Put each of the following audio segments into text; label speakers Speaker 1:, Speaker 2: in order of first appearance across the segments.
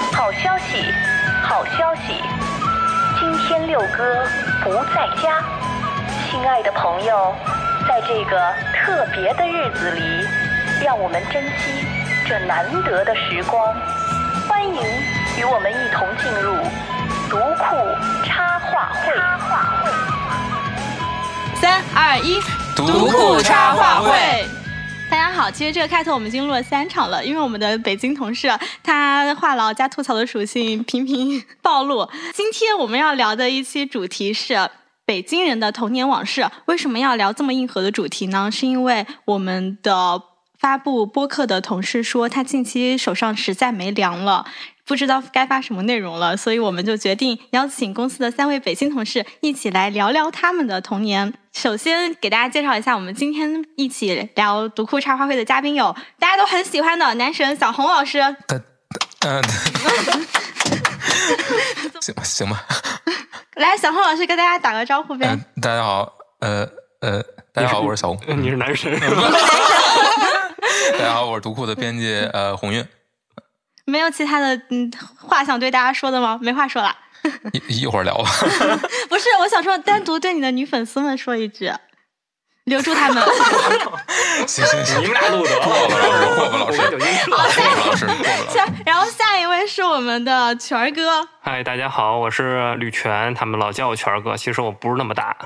Speaker 1: 息，好消息！今天六哥不在家，亲爱的朋友，在这个特别的日子里，让我们珍惜这难得的时光。欢迎与我们一同进入读库插画会。插画会
Speaker 2: 三二一，
Speaker 3: 独库插画会。
Speaker 2: 大家好，其实这个开头我们已经录了三场了，因为我们的北京同事他话痨加吐槽的属性频频暴露。今天我们要聊的一期主题是北京人的童年往事。为什么要聊这么硬核的主题呢？是因为我们的发布播客的同事说他近期手上实在没粮了。不知道该发什么内容了，所以我们就决定邀请公司的三位北京同事一起来聊聊他们的童年。首先给大家介绍一下，我们今天一起聊读库茶话会的嘉宾有大家都很喜欢的男神小红老师，
Speaker 3: 嗯，行吧行吧，
Speaker 2: 来，小红老师跟大家打个招呼呗。
Speaker 3: 嗯，大家好，呃呃，大家好，我是小红。
Speaker 4: 你是男
Speaker 3: 嗯
Speaker 4: 神，
Speaker 3: 大家好，我是读库的编辑呃红运。
Speaker 2: 没有其他的嗯话想对大家说的吗？没话说了。
Speaker 3: 一一会儿聊吧。
Speaker 2: 不是，我想说单独对你的女粉丝们说一句，留住 他们。
Speaker 3: 行行
Speaker 4: 你们
Speaker 3: 行，
Speaker 4: 俩录得了，
Speaker 3: 过吧老师过吧老
Speaker 4: 哦
Speaker 3: 师
Speaker 4: 我就晕
Speaker 3: 过
Speaker 4: 车。
Speaker 3: 吧老师过吧老师。
Speaker 2: 下然后下一位是我们的权儿哥，
Speaker 4: 嗨，大家好，我是吕泉，他们老叫我泉儿哥，其实我不是那么大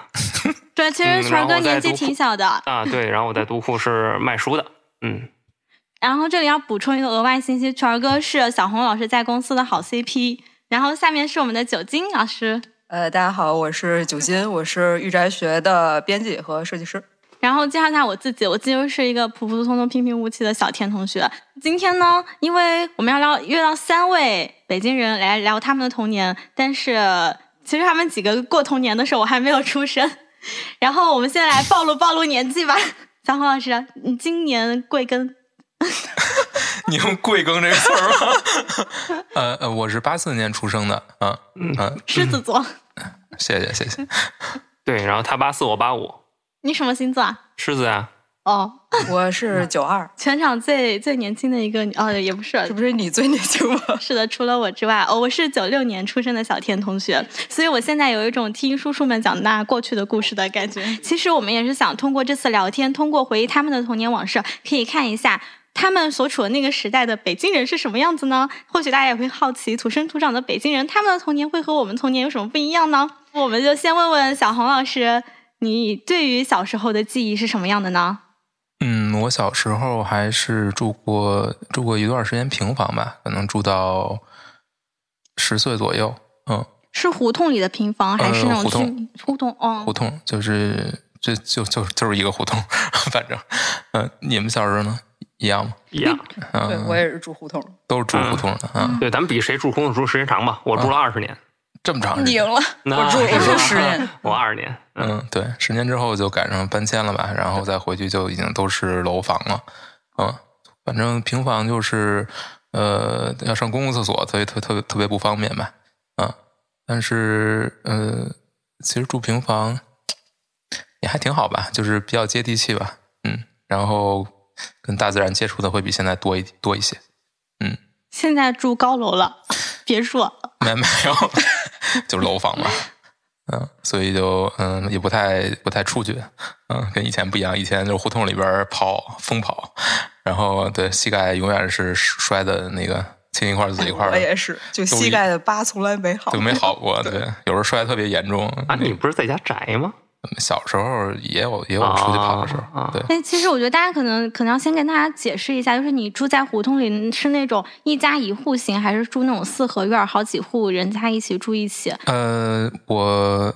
Speaker 2: 对，其实
Speaker 4: 嗯
Speaker 2: 权儿哥
Speaker 4: 然后再
Speaker 2: 年纪
Speaker 4: 读
Speaker 2: 挺小的。
Speaker 4: 啊。对，然后我在读库是卖书的，嗯，
Speaker 2: 然后这里要补充一个额外信息，权儿哥是小红老师在公司的好 CP。然后下面是我们的酒精老师，
Speaker 5: 呃，大家好，我是九金，我是御宅学的编辑和设计师。
Speaker 2: 然后介绍一下我自己，我自己就是一个普普通通、平平无奇的小田同学。今天呢，因为我们要聊约到三位北京人来聊他们的童年，但是其实他们几个过童年的时候，我还没有出生。然后我们现在来暴露暴露年纪吧，小红老师，你今年贵庚？
Speaker 3: 你用“贵庚”这个词儿吗？ 呃呃，我是八四年出生的，啊嗯，
Speaker 2: 狮子座，
Speaker 3: 谢谢谢谢。
Speaker 4: 对，然后他八四，我八五，
Speaker 2: 你什么星座啊？
Speaker 4: 狮子啊，
Speaker 2: 哦，
Speaker 5: 我是九二，
Speaker 2: 全场最最年轻的一个女，哦，也不是，
Speaker 5: 是不是你最年轻吧？
Speaker 2: 是的，除了我之外，哦，我是九六年出生的小田同学，所以我现在有一种听叔叔们讲那过去的故事的感觉。其实我们也是想通过这次聊天，通过回忆他们的童年往事，可以看一下。他们所处的那个时代的北京人是什么样子呢？或许大家也会好奇，土生土长的北京人，他们的童年会和我们童年有什么不一样呢？我们就先问问小红老师，你对于小时候的记忆是什么样的呢？
Speaker 3: 嗯，我小时候还是住过住过一段时间平房吧，可能住到十岁左右。嗯，
Speaker 2: 是胡同里的平房，还是那种
Speaker 3: 呃胡同
Speaker 2: 居胡同？哦，
Speaker 3: 胡同就是就就就就是一个胡同， 反正，嗯、你们小时候呢一样吗？
Speaker 4: 一样。
Speaker 5: 哎
Speaker 3: 嗯、
Speaker 5: 对我也是住胡同，
Speaker 3: 都是住胡同的啊、嗯
Speaker 4: 对，咱们比谁住空的住时间长吧，我住了二十年，
Speaker 3: 这么长时
Speaker 5: 你赢
Speaker 3: 间。
Speaker 5: 了，
Speaker 4: 那
Speaker 5: 哦我住我住十年，，
Speaker 4: 我二十年，嗯，
Speaker 3: 嗯，对，十年之后就赶上搬迁了吧，然后再回去就已经都是楼房了。嗯，反正平房就是，呃，要上公共厕所，所以特特别特别不方便吧。啊、但是呃，其实住平房也还挺好吧，就是比较接地气吧。嗯，然后跟大自然接触的会比现在多一多一些。
Speaker 2: 现在住高楼了，别墅了。
Speaker 3: 没没有，就是楼房嘛。嗯，所以就嗯也不太不太出去，嗯，跟以前不一样，以前就是胡同里边儿跑疯跑，然后对膝盖永远是摔的那个青一块儿紫一块儿
Speaker 5: 哎我也
Speaker 3: 的，
Speaker 5: 是，就
Speaker 3: 都
Speaker 5: 膝
Speaker 3: 一
Speaker 5: 盖的疤从来没好，
Speaker 3: 就没好过。对，有时候摔的特别严重。
Speaker 4: 啊，你不是在家宅吗？
Speaker 3: 小时候也有也有出去跑的时候，
Speaker 4: 啊啊
Speaker 3: 对，
Speaker 2: 但其实我觉得大家可能可能要先跟大家解释一下，就是你住在胡同里是那种一家一户型，还是住那种四合院儿，好几户人家一起住一起？
Speaker 3: 呃，我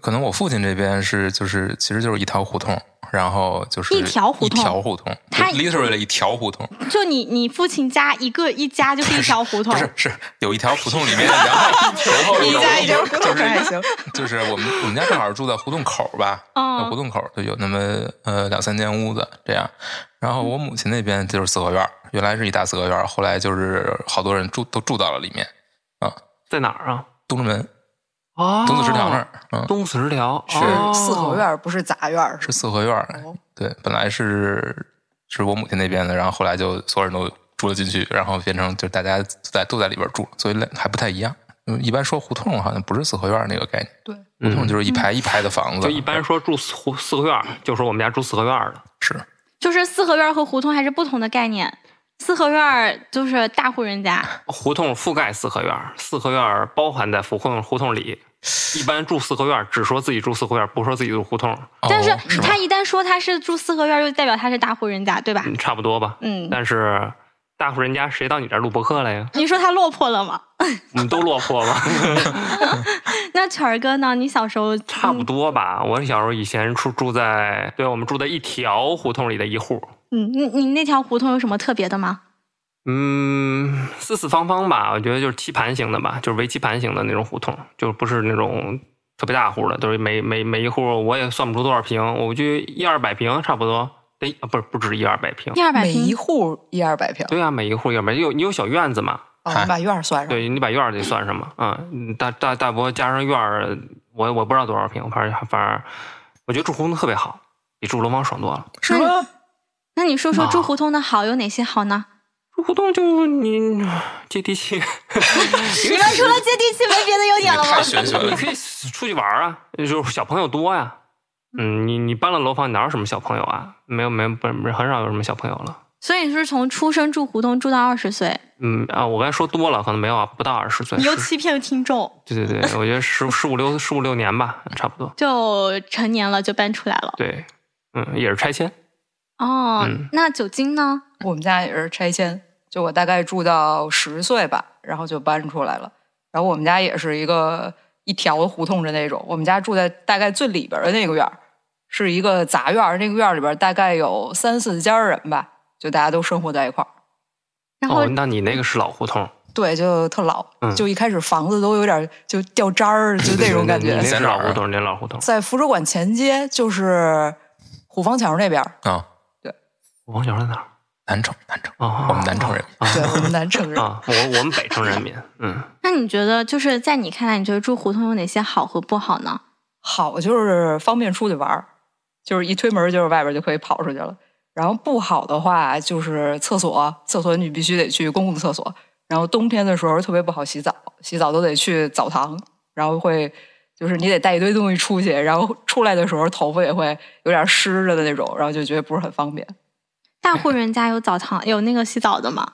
Speaker 3: 可能我父亲这边是就是其实就是一条胡同，然后就是
Speaker 2: 一条胡同
Speaker 3: 一条胡同，就
Speaker 2: 他
Speaker 3: literally 一条胡同，
Speaker 2: 就你你父亲家一个一家就是一条胡同嗯
Speaker 3: 不，是，是有一条胡同里面，然 后然后
Speaker 5: 你
Speaker 3: 有
Speaker 5: 哦家一条胡
Speaker 3: 就
Speaker 5: 同还
Speaker 3: 是
Speaker 5: 行，
Speaker 3: 就是我们我们家正好住在胡同口儿吧，
Speaker 5: 哦
Speaker 2: 嗯
Speaker 3: 在胡同口儿就有那么呃两三间屋子这样。然后我母亲那边就是四合院儿，原来是一大四合院儿，后来就是好多人住都住到了里面，
Speaker 4: 在哪儿啊？
Speaker 3: 东直门
Speaker 4: 哦
Speaker 3: 东子食堂那儿，嗯，
Speaker 4: 东子食堂
Speaker 3: 是
Speaker 4: 哦
Speaker 5: 四合院儿不是杂院儿，
Speaker 3: 是四合院儿
Speaker 5: 哦，
Speaker 3: 对，本来是是我母亲那边的，然后后来就所有人都住了进去，然后变成就是大家在都在里边住，所以还不太一样。嗯一般说胡同好像不是四合院那个概念，
Speaker 5: 对，
Speaker 3: 胡同就是一排一排的房子，
Speaker 4: 嗯就一般说住四户四合院儿，就说我们家住四合院儿的。
Speaker 3: 是
Speaker 2: 就是四合院和胡同还是不同的概念。四合院就是大户人家，
Speaker 4: 胡同覆盖四合院儿，四合院儿包含在胡同胡同里。一般住四合院儿，只说自己住四合院儿，不说自己住胡同，
Speaker 2: 但
Speaker 3: 哦是吗
Speaker 2: 他一旦说他是住四合院，就代表他是大户人家，对吧？
Speaker 4: 嗯差不多吧。
Speaker 2: 嗯，
Speaker 4: 但是大户人家谁到你这儿录博客来呀？
Speaker 2: 你说他落魄了吗？
Speaker 4: 我们都落魄吧，
Speaker 2: 那曲儿哥呢？你小时候 嗯
Speaker 4: 差不多吧。我小时候以前住住在，对我们住在一条胡同里的一户，
Speaker 2: 嗯，你你那条胡同有什么特别的吗？
Speaker 4: 嗯，四四方方吧，我觉得就是棋盘型的吧，就是围棋盘型的那种胡同，就不是那种特别大户的，都是每每每一户我也算不出多少平，我就一二百平差不多，得啊不是不止一二百平
Speaker 2: 一，二百
Speaker 5: 每一
Speaker 2: 平，
Speaker 5: 户一二百平，
Speaker 4: 对啊，每一户一二百，你有你有小院子嘛？
Speaker 5: 哦，你把院儿算上，
Speaker 4: 对你把院儿得算上嘛，啊、嗯，大大大伯加上院儿，我我不知道多少平，反正反正我觉得住胡同特别好，比住楼房爽多了。
Speaker 3: 是吗？
Speaker 2: 那你说说
Speaker 4: 啊
Speaker 2: 住胡同的好有哪些好呢？
Speaker 4: 住胡同就你接地气。
Speaker 2: 你们除了接地气没别的优点了吗
Speaker 3: 太？玄学
Speaker 4: 哎你
Speaker 3: 了，
Speaker 4: 可以出去玩儿啊，就是小朋友多呀、嗯，你你搬了楼房，哪有什么小朋友啊？没有，没有，不是很少有什么小朋友了。
Speaker 2: 所以你是从出生住胡同住到二十岁，
Speaker 4: 嗯啊，我刚才说多了，可能没有啊，不到二十岁。
Speaker 2: 你又
Speaker 4: 十
Speaker 2: 欺骗听众，
Speaker 4: 对对对，我觉得十十五六十五六年吧，差不多。
Speaker 2: 就成年了就搬出来了。
Speaker 4: 对，嗯，也是拆迁。
Speaker 2: 哦，
Speaker 4: 嗯
Speaker 2: 那酒精呢？
Speaker 5: 我们家也是拆迁，就我大概住到十岁吧，然后就搬出来了。然后我们家也是一个一条胡同的那种，我们家住在大概最里边的那个院儿，是一个杂院儿，那个院儿里边大概有三四家人吧，就大家都生活在一块儿。
Speaker 2: 然后
Speaker 4: 哦，那你那个是老胡同，
Speaker 5: 对，就特老，
Speaker 4: 嗯
Speaker 5: 就一开始房子都有点就掉渣儿，就那种感
Speaker 4: 你
Speaker 5: 觉
Speaker 4: 那。是
Speaker 3: 在哪
Speaker 4: 老
Speaker 3: 儿啊
Speaker 4: 胡同，你那老胡同。
Speaker 5: 在福州馆前街，就是虎坊桥那边儿，
Speaker 3: 啊，
Speaker 4: 我王小在哪儿？
Speaker 3: 南城南城，
Speaker 4: 哦，
Speaker 3: 我们南城人
Speaker 5: 对我们南城人。
Speaker 4: 啊，我我们北城人民。嗯，
Speaker 2: 那你觉得就是在你看来，你觉得住胡同有哪些好和不好呢？
Speaker 5: 好就是方便出去玩儿，就是一推门就是外边就可以跑出去了。然后不好的话就是厕所，厕所你必须得去公共厕所。然后冬天的时候特别不好洗澡，洗澡都得去澡堂，然后会就是你得带一堆东西出去，然后出来的时候头发也会有点湿着的那种，然后就觉得不是很方便。
Speaker 2: 大户人家有澡堂，有那个洗澡的吗？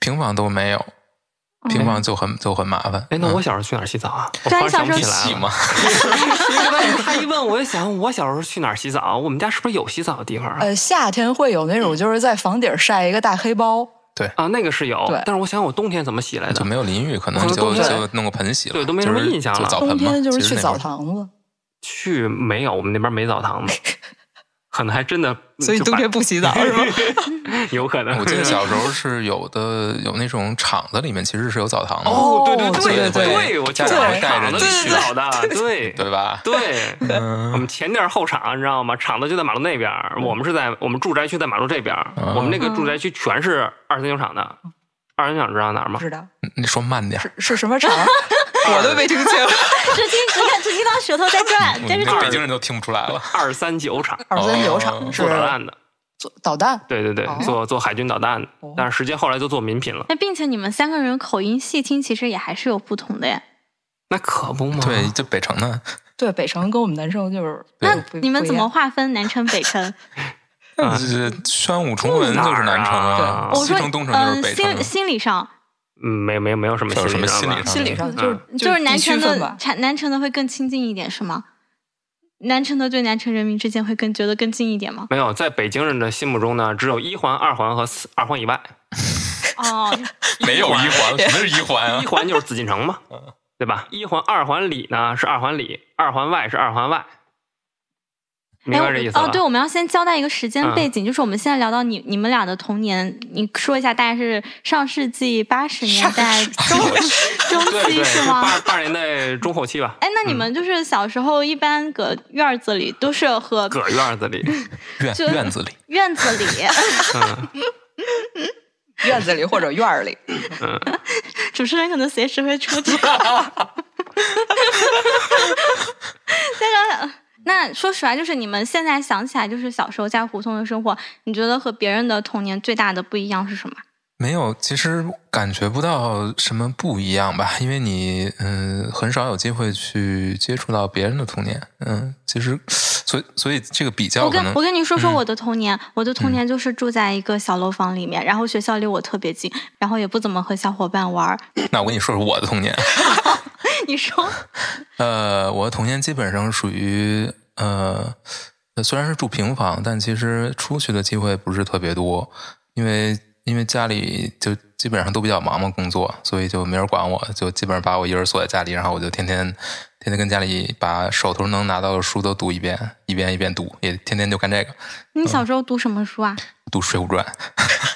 Speaker 3: 平房都没有，
Speaker 2: 嗯
Speaker 3: 平房就很就很麻烦。嗯
Speaker 4: 哎，那我小时候去哪儿洗澡啊？我
Speaker 2: 对
Speaker 4: 突
Speaker 2: 啊
Speaker 4: 然想不
Speaker 2: 你
Speaker 4: 起
Speaker 2: 小
Speaker 4: 来
Speaker 3: 洗
Speaker 4: 了。
Speaker 3: 吗？
Speaker 4: 一问 他一问，我就想我小时候去哪儿洗澡？我们家是不是有洗澡的地方啊？
Speaker 5: 呃，夏天会有那种就是在房顶晒一个大黑包，
Speaker 4: 啊，那个是有
Speaker 5: 对，
Speaker 4: 但是我想我冬天怎么洗来
Speaker 3: 就
Speaker 4: 的？
Speaker 3: 没有淋浴，可能
Speaker 4: 可能
Speaker 3: 就
Speaker 4: 都
Speaker 5: 是
Speaker 3: 就弄个盆洗了，
Speaker 4: 对都没什么
Speaker 3: 就是
Speaker 4: 印象了
Speaker 3: 就澡
Speaker 5: 冬
Speaker 3: 盆嘛，
Speaker 5: 天就是
Speaker 3: 其实
Speaker 5: 去
Speaker 3: 那
Speaker 5: 澡
Speaker 3: 会儿
Speaker 5: 堂子，
Speaker 4: 去没有，我们那边没澡堂 子，可能还真的。
Speaker 5: 所以
Speaker 4: 就
Speaker 5: 冬
Speaker 4: 把
Speaker 5: 天不洗澡是吗？
Speaker 4: 有可能。
Speaker 3: 我记得小时候是有的，有那种厂子里面其实是有澡堂的，
Speaker 4: 哦，对对
Speaker 3: 对
Speaker 4: 对
Speaker 3: 对
Speaker 4: 对，我记得
Speaker 5: 对
Speaker 4: 好像厂子
Speaker 3: 对
Speaker 4: 里
Speaker 3: 对
Speaker 4: 洗澡的，对
Speaker 3: 对吧？
Speaker 4: 对。 我
Speaker 3: 嗯，
Speaker 4: 们前店后厂，你知道吗？厂子就在马路那边儿，我们是在我们住宅区在马路这边儿，
Speaker 3: 嗯
Speaker 4: 我们那个住宅区全是二三九厂的。二三九厂知道哪儿
Speaker 5: 不
Speaker 4: 吗？
Speaker 5: 知道
Speaker 3: 你说慢点儿，
Speaker 5: 是什么 厂，我都没听清。
Speaker 2: 只听只看只听到舌头在转，但
Speaker 3: 你
Speaker 2: 是
Speaker 3: 这
Speaker 4: 二
Speaker 3: 北京人都听不出来了。
Speaker 4: 二三九厂
Speaker 5: 二三九厂
Speaker 3: 哦
Speaker 5: 是
Speaker 4: 做导弹的，
Speaker 5: 做导弹，
Speaker 4: 对对对
Speaker 5: 哦，
Speaker 4: 做做海军导弹的
Speaker 5: 哦，
Speaker 4: 但是时间后来就做民品了。
Speaker 2: 那并且你们三个人口音细听，其实也还是有不同的耶。
Speaker 4: 那可不嘛，
Speaker 3: 对，这北城呢，
Speaker 5: 对，北城跟我们南城就是
Speaker 3: 对
Speaker 2: 那
Speaker 5: 不
Speaker 2: 你们
Speaker 5: 不一
Speaker 2: 怎么
Speaker 5: 样
Speaker 2: 划分南城北 城？
Speaker 4: 啊
Speaker 3: 这宣武崇文就是南城啊，
Speaker 2: 我
Speaker 3: 西
Speaker 2: 说
Speaker 3: 城东，城就是
Speaker 2: 嗯，
Speaker 3: 北城
Speaker 2: 心。心理上
Speaker 4: 嗯，没没没有什么
Speaker 3: 这有什
Speaker 4: 心
Speaker 3: 么
Speaker 4: 理上
Speaker 3: 心
Speaker 4: 吧
Speaker 3: 理上
Speaker 5: 心理上就是
Speaker 2: 就是南
Speaker 5: 地区
Speaker 2: 城
Speaker 5: 分
Speaker 2: 的
Speaker 5: 吧，
Speaker 2: 产南城的会更亲近一点，是吗？南城的对南城人民之间会更觉得更近一点吗？
Speaker 4: 没有，在北京人的心目中呢，只有一环、二环和四二环以外，
Speaker 2: 哦，
Speaker 3: 没有一环，嗯什么是一环啊
Speaker 4: 一？环就是紫禁 城嘛，对吧？一环、二环里呢是二环里，二环外是二环外， 明白这意思
Speaker 2: 哎
Speaker 4: 吧？
Speaker 2: 我哦，对，我们要先交代一个时间
Speaker 4: 嗯
Speaker 2: 背景，就是我们现在聊到你你们俩的童年，你说一下大概是上世纪八十年代中中
Speaker 4: 对对
Speaker 2: 期是吗？
Speaker 4: 八八十年代中后 期吧，
Speaker 2: 哎，那你们就是小时候一般搁院子里都是和
Speaker 4: 搁院子里，
Speaker 3: 院
Speaker 2: 就
Speaker 3: 院子里，
Speaker 2: 院子里，
Speaker 4: 嗯
Speaker 5: 院子里或者院 儿里。
Speaker 4: 嗯，
Speaker 2: 主持人可能随时会出 去。但是，那说实话，就是你们现在想起来，就是小时候在胡同的生活，你觉得和别人的童年最大的不一样是什么？
Speaker 3: 没有，其实感觉不到什么不一样吧，因为你嗯很少有机会去接触到别人的童年，嗯，其实所以所以这个比较
Speaker 2: 我
Speaker 3: 可
Speaker 2: 跟
Speaker 3: 能
Speaker 2: 我跟你说说
Speaker 3: 嗯
Speaker 2: 我的童年，我的童年就是住在一个小楼房里面，然后学校离我特别近，然后也不怎么和小伙伴玩儿。
Speaker 3: 那我跟你说说我的童年，
Speaker 2: 你说，
Speaker 3: 呃，我的童年基本上属于呃，虽然是住平房，但其实出去的机会不是特别多，因为因为家里就基本上都比较忙嘛，工作，所以就没人管我，就基本上把我一个人锁在家里，然后我就天天天天跟家里把手头能拿到的书都读一遍，一遍一遍读，也天天就干这个，
Speaker 2: 你小时候读什么书啊？
Speaker 3: 读《水浒传》，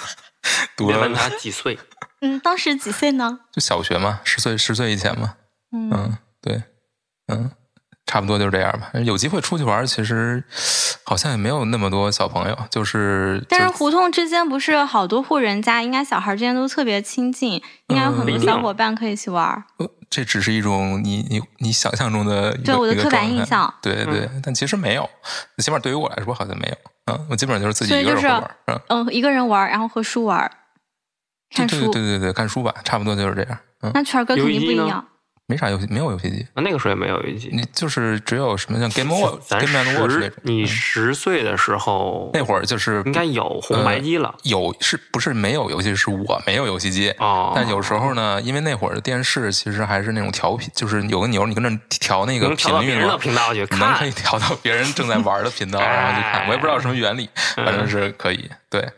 Speaker 3: 读
Speaker 4: 别问
Speaker 3: 了
Speaker 4: 他几岁，
Speaker 2: 嗯，当时几岁呢？
Speaker 3: 就小学嘛，十岁十岁以前嘛，
Speaker 2: 嗯，
Speaker 3: 嗯，对，嗯，差不多就是这样吧。有机会出去玩儿，其实好像也没有那么多小朋友，就是
Speaker 2: 但是
Speaker 3: 就
Speaker 2: 胡同之间不是好多户人家，应该小孩之间都特别亲近，应该有很多
Speaker 4: 嗯
Speaker 2: 小伙伴可以一起玩儿。
Speaker 3: 呃这只是一种你你你想象中的一个
Speaker 2: 对我的
Speaker 3: 一个
Speaker 2: 刻板
Speaker 3: 状态
Speaker 2: 印象嗯
Speaker 3: 对对，但其实没有，起码对于我来说好像没有。嗯，我基本上就是自己
Speaker 2: 所以
Speaker 3: 一个
Speaker 2: 就
Speaker 3: 人
Speaker 2: 是
Speaker 3: 会玩儿。嗯，
Speaker 2: 嗯，一个人玩儿，然后和书玩儿，
Speaker 3: 对
Speaker 2: 看
Speaker 3: 对对
Speaker 2: 书。
Speaker 3: 对对，看书吧，差不多就是这样。嗯，
Speaker 2: 那圈儿哥肯
Speaker 4: 游戏
Speaker 2: 定不一
Speaker 4: 呢
Speaker 2: 样。
Speaker 3: 没啥游戏，没有游戏机，
Speaker 4: 那个时候也没有游戏机。
Speaker 3: 你就是只有什么像 Game Watch、
Speaker 4: 咱
Speaker 3: Game and Watch 那
Speaker 4: 十
Speaker 3: 种。
Speaker 4: 你
Speaker 3: 嗯
Speaker 4: 十岁的时候，
Speaker 3: 那会儿就是
Speaker 4: 应该有红
Speaker 3: 嗯
Speaker 4: 白机了
Speaker 3: 有是不是没有游戏？是我没有游戏机。
Speaker 4: 哦。
Speaker 3: 但有时候呢，因为那会儿的电视其实还是那种调频，就是有个钮儿，你跟着调那个
Speaker 4: 能调
Speaker 3: 频
Speaker 4: 到别
Speaker 3: 率
Speaker 4: 人的
Speaker 3: 嘛，
Speaker 4: 频道去
Speaker 3: 你能可
Speaker 4: 看
Speaker 3: 以，调到别人正在玩的频道，然后去看。我也不知道什么原理，
Speaker 4: 嗯
Speaker 3: 反正是可以。对，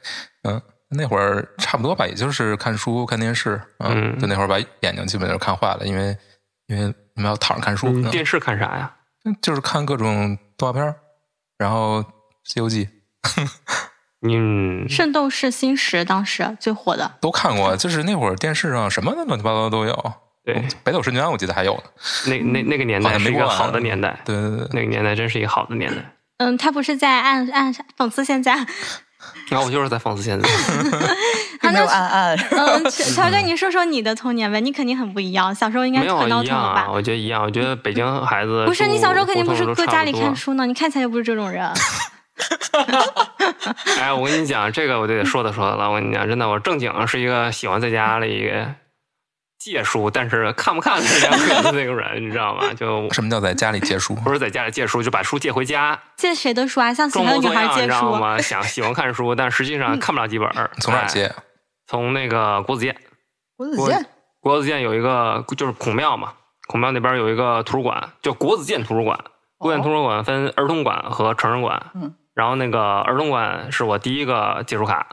Speaker 3: 嗯，那会儿差不多吧，也就是看书、看电视，嗯，
Speaker 4: 嗯
Speaker 3: 就那会儿把眼睛基本就看坏了，因为因为你们要躺着看书，
Speaker 4: 你
Speaker 3: 可能
Speaker 4: 嗯电视看啥呀？
Speaker 3: 就是看各种动画片儿，然后《西游记》
Speaker 4: 嗯，
Speaker 2: 《圣斗士星矢》当时最火的，
Speaker 3: 都看过，就是那会儿电视上什么乱七八糟都有。
Speaker 4: 对，
Speaker 3: 北斗神拳我记得还有呢。
Speaker 4: 那那那个年
Speaker 3: 好
Speaker 4: 代
Speaker 3: 像没
Speaker 4: 是一个
Speaker 3: 过完
Speaker 4: 好的年代，
Speaker 3: 对对对对，
Speaker 4: 那个年代真是一个好的年代。
Speaker 2: 嗯，他不是在暗暗讽刺现在，
Speaker 4: 然后我就是在讽刺现在，
Speaker 2: 啊
Speaker 5: 并没有暗暗。
Speaker 2: 嗯，乔乔哥，你说说你的童年呗，你肯定很不一样，小时候应该
Speaker 4: 没有
Speaker 2: 很闹
Speaker 4: 啊一
Speaker 2: 腾
Speaker 4: 样
Speaker 2: 了吧
Speaker 4: 啊，？我觉得一样。我觉得北京孩子
Speaker 2: 不是，
Speaker 4: 住
Speaker 2: 你小时候肯定不
Speaker 4: 胡
Speaker 2: 是
Speaker 4: 同都
Speaker 2: 搁
Speaker 4: 差
Speaker 2: 家
Speaker 4: 不
Speaker 2: 里
Speaker 4: 多
Speaker 2: 看。书呢，你看起来又不是这种人。
Speaker 4: 哎，我跟你讲，这个我就得说道说道了。我跟你讲，真的，我正经是一个喜欢在家里借书，但是看不看是两回事的那种人，你 知道吗？就
Speaker 3: 什么叫在家里借书？
Speaker 4: 不是在家里借书，就把书借回家，
Speaker 2: 借谁的书啊？ 向喜
Speaker 4: 装
Speaker 2: 欢
Speaker 4: 模
Speaker 2: 的女
Speaker 4: 作
Speaker 2: 孩
Speaker 4: 样，你
Speaker 2: 借
Speaker 4: 知
Speaker 2: 书
Speaker 4: 道，吗？想喜欢看书，但实际
Speaker 2: 嗯
Speaker 4: 上看不了几本儿。
Speaker 3: 从哪儿
Speaker 4: 哎
Speaker 3: 借？啊？
Speaker 4: 从那个国子监，
Speaker 5: 国子监
Speaker 4: 国子监有一个就是孔庙嘛，孔庙那边有一个图书馆，叫国子监图书馆。国
Speaker 2: 哦
Speaker 4: 子监图书馆分儿童馆和成人馆，
Speaker 5: 嗯，
Speaker 4: 然后那个儿童馆是我第一个借书卡，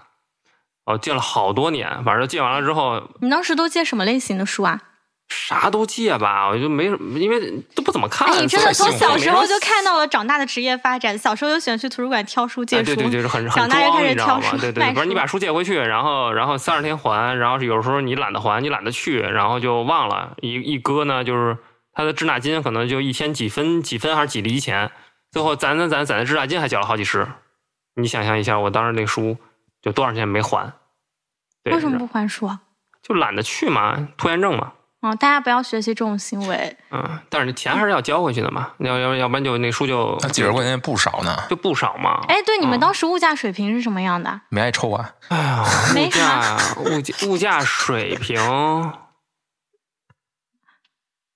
Speaker 4: 我借了好多年，反正借完了之后
Speaker 2: 你当时都借什么类型的书啊？
Speaker 4: 啥都借吧，我就没什么，因为都不怎么看。
Speaker 2: 哎，你真的
Speaker 3: 太幸
Speaker 2: 从
Speaker 3: 福
Speaker 2: 小
Speaker 3: 了
Speaker 2: 时候就看到了长大的职业发展，小时候就喜欢去图书馆挑书借
Speaker 4: 哎，
Speaker 2: 书
Speaker 4: 对，对对，就是很
Speaker 2: 长
Speaker 4: 很
Speaker 2: 大就
Speaker 4: 装，
Speaker 2: 开始
Speaker 4: 你知道
Speaker 2: 挑
Speaker 4: 吗
Speaker 2: 书？
Speaker 4: 对对，
Speaker 2: 卖
Speaker 4: 不是你把
Speaker 2: 书。
Speaker 4: 书借回去，然后然后三十天还，然后是有时候你懒得还，你懒得去，然后就忘了。一一搁呢，就是他的滞纳金可能就一天几分几分还是几厘钱，最后攒攒攒攒的滞纳金还缴了好几十。你想象一下，我当时那书就多少天没还？对
Speaker 2: 为什么不还书啊？
Speaker 4: 就懒得去嘛，拖延症嘛。
Speaker 2: 哦，大家不要学习这种行为。
Speaker 4: 嗯，但是你钱还是要交回去的嘛，要要要不然就那书就
Speaker 3: 那几十块钱也不少呢，
Speaker 4: 就不少嘛。
Speaker 2: 哎，对，你们
Speaker 4: 嗯
Speaker 2: 当时物价水平是什么样的？
Speaker 3: 没爱抽啊。
Speaker 4: 哎呀，
Speaker 2: 没
Speaker 4: 物价物价物价水平，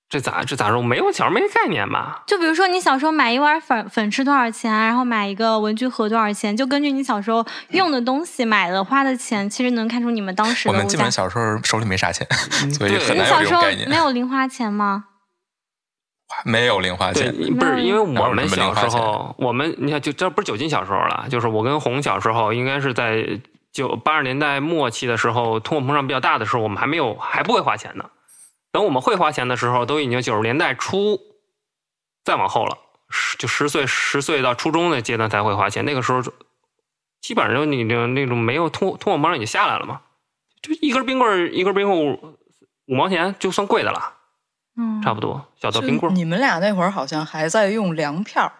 Speaker 4: 这咋这咋说？没有小时候没概念吧？
Speaker 2: 就比如说你小时候买一碗粉粉吃多少钱，啊然后买一个文具盒多少钱，就根据你小时候用的东西买的花的钱，其实能看出你们当时
Speaker 3: 我
Speaker 2: 的嗯
Speaker 3: 们
Speaker 2: 物
Speaker 3: 基
Speaker 2: 价
Speaker 3: 本。小时候手里没啥钱， 所以
Speaker 4: 对
Speaker 3: 很
Speaker 2: 你
Speaker 3: 难有
Speaker 2: 小
Speaker 3: 这
Speaker 2: 时
Speaker 3: 种
Speaker 2: 候
Speaker 3: 概念
Speaker 2: 没。有零花钱吗？
Speaker 3: 没有零花
Speaker 4: 对，
Speaker 3: 钱，
Speaker 4: 不是因为我们
Speaker 3: 哪有什么
Speaker 4: 小
Speaker 3: 零花
Speaker 4: 时
Speaker 3: 钱
Speaker 4: 候，我们你看就这不是九金小时候了，就是我跟红小时候，应该是在九八十年代末期的时候，通货膨胀比较大的时候，我们还没有还不会花钱呢。等我们会花钱的时候，都已经九十年代初，再往后了，十就十岁十岁到初中的阶段才会花钱。那个时候就，基本上就你就那种没有通通货膨胀已经下来了嘛，就一根冰棍儿一根冰棍儿五五毛钱就算贵的了，
Speaker 2: 嗯，
Speaker 4: 差不多小的冰棍儿。
Speaker 5: 你们俩那会儿好像还在用粮票，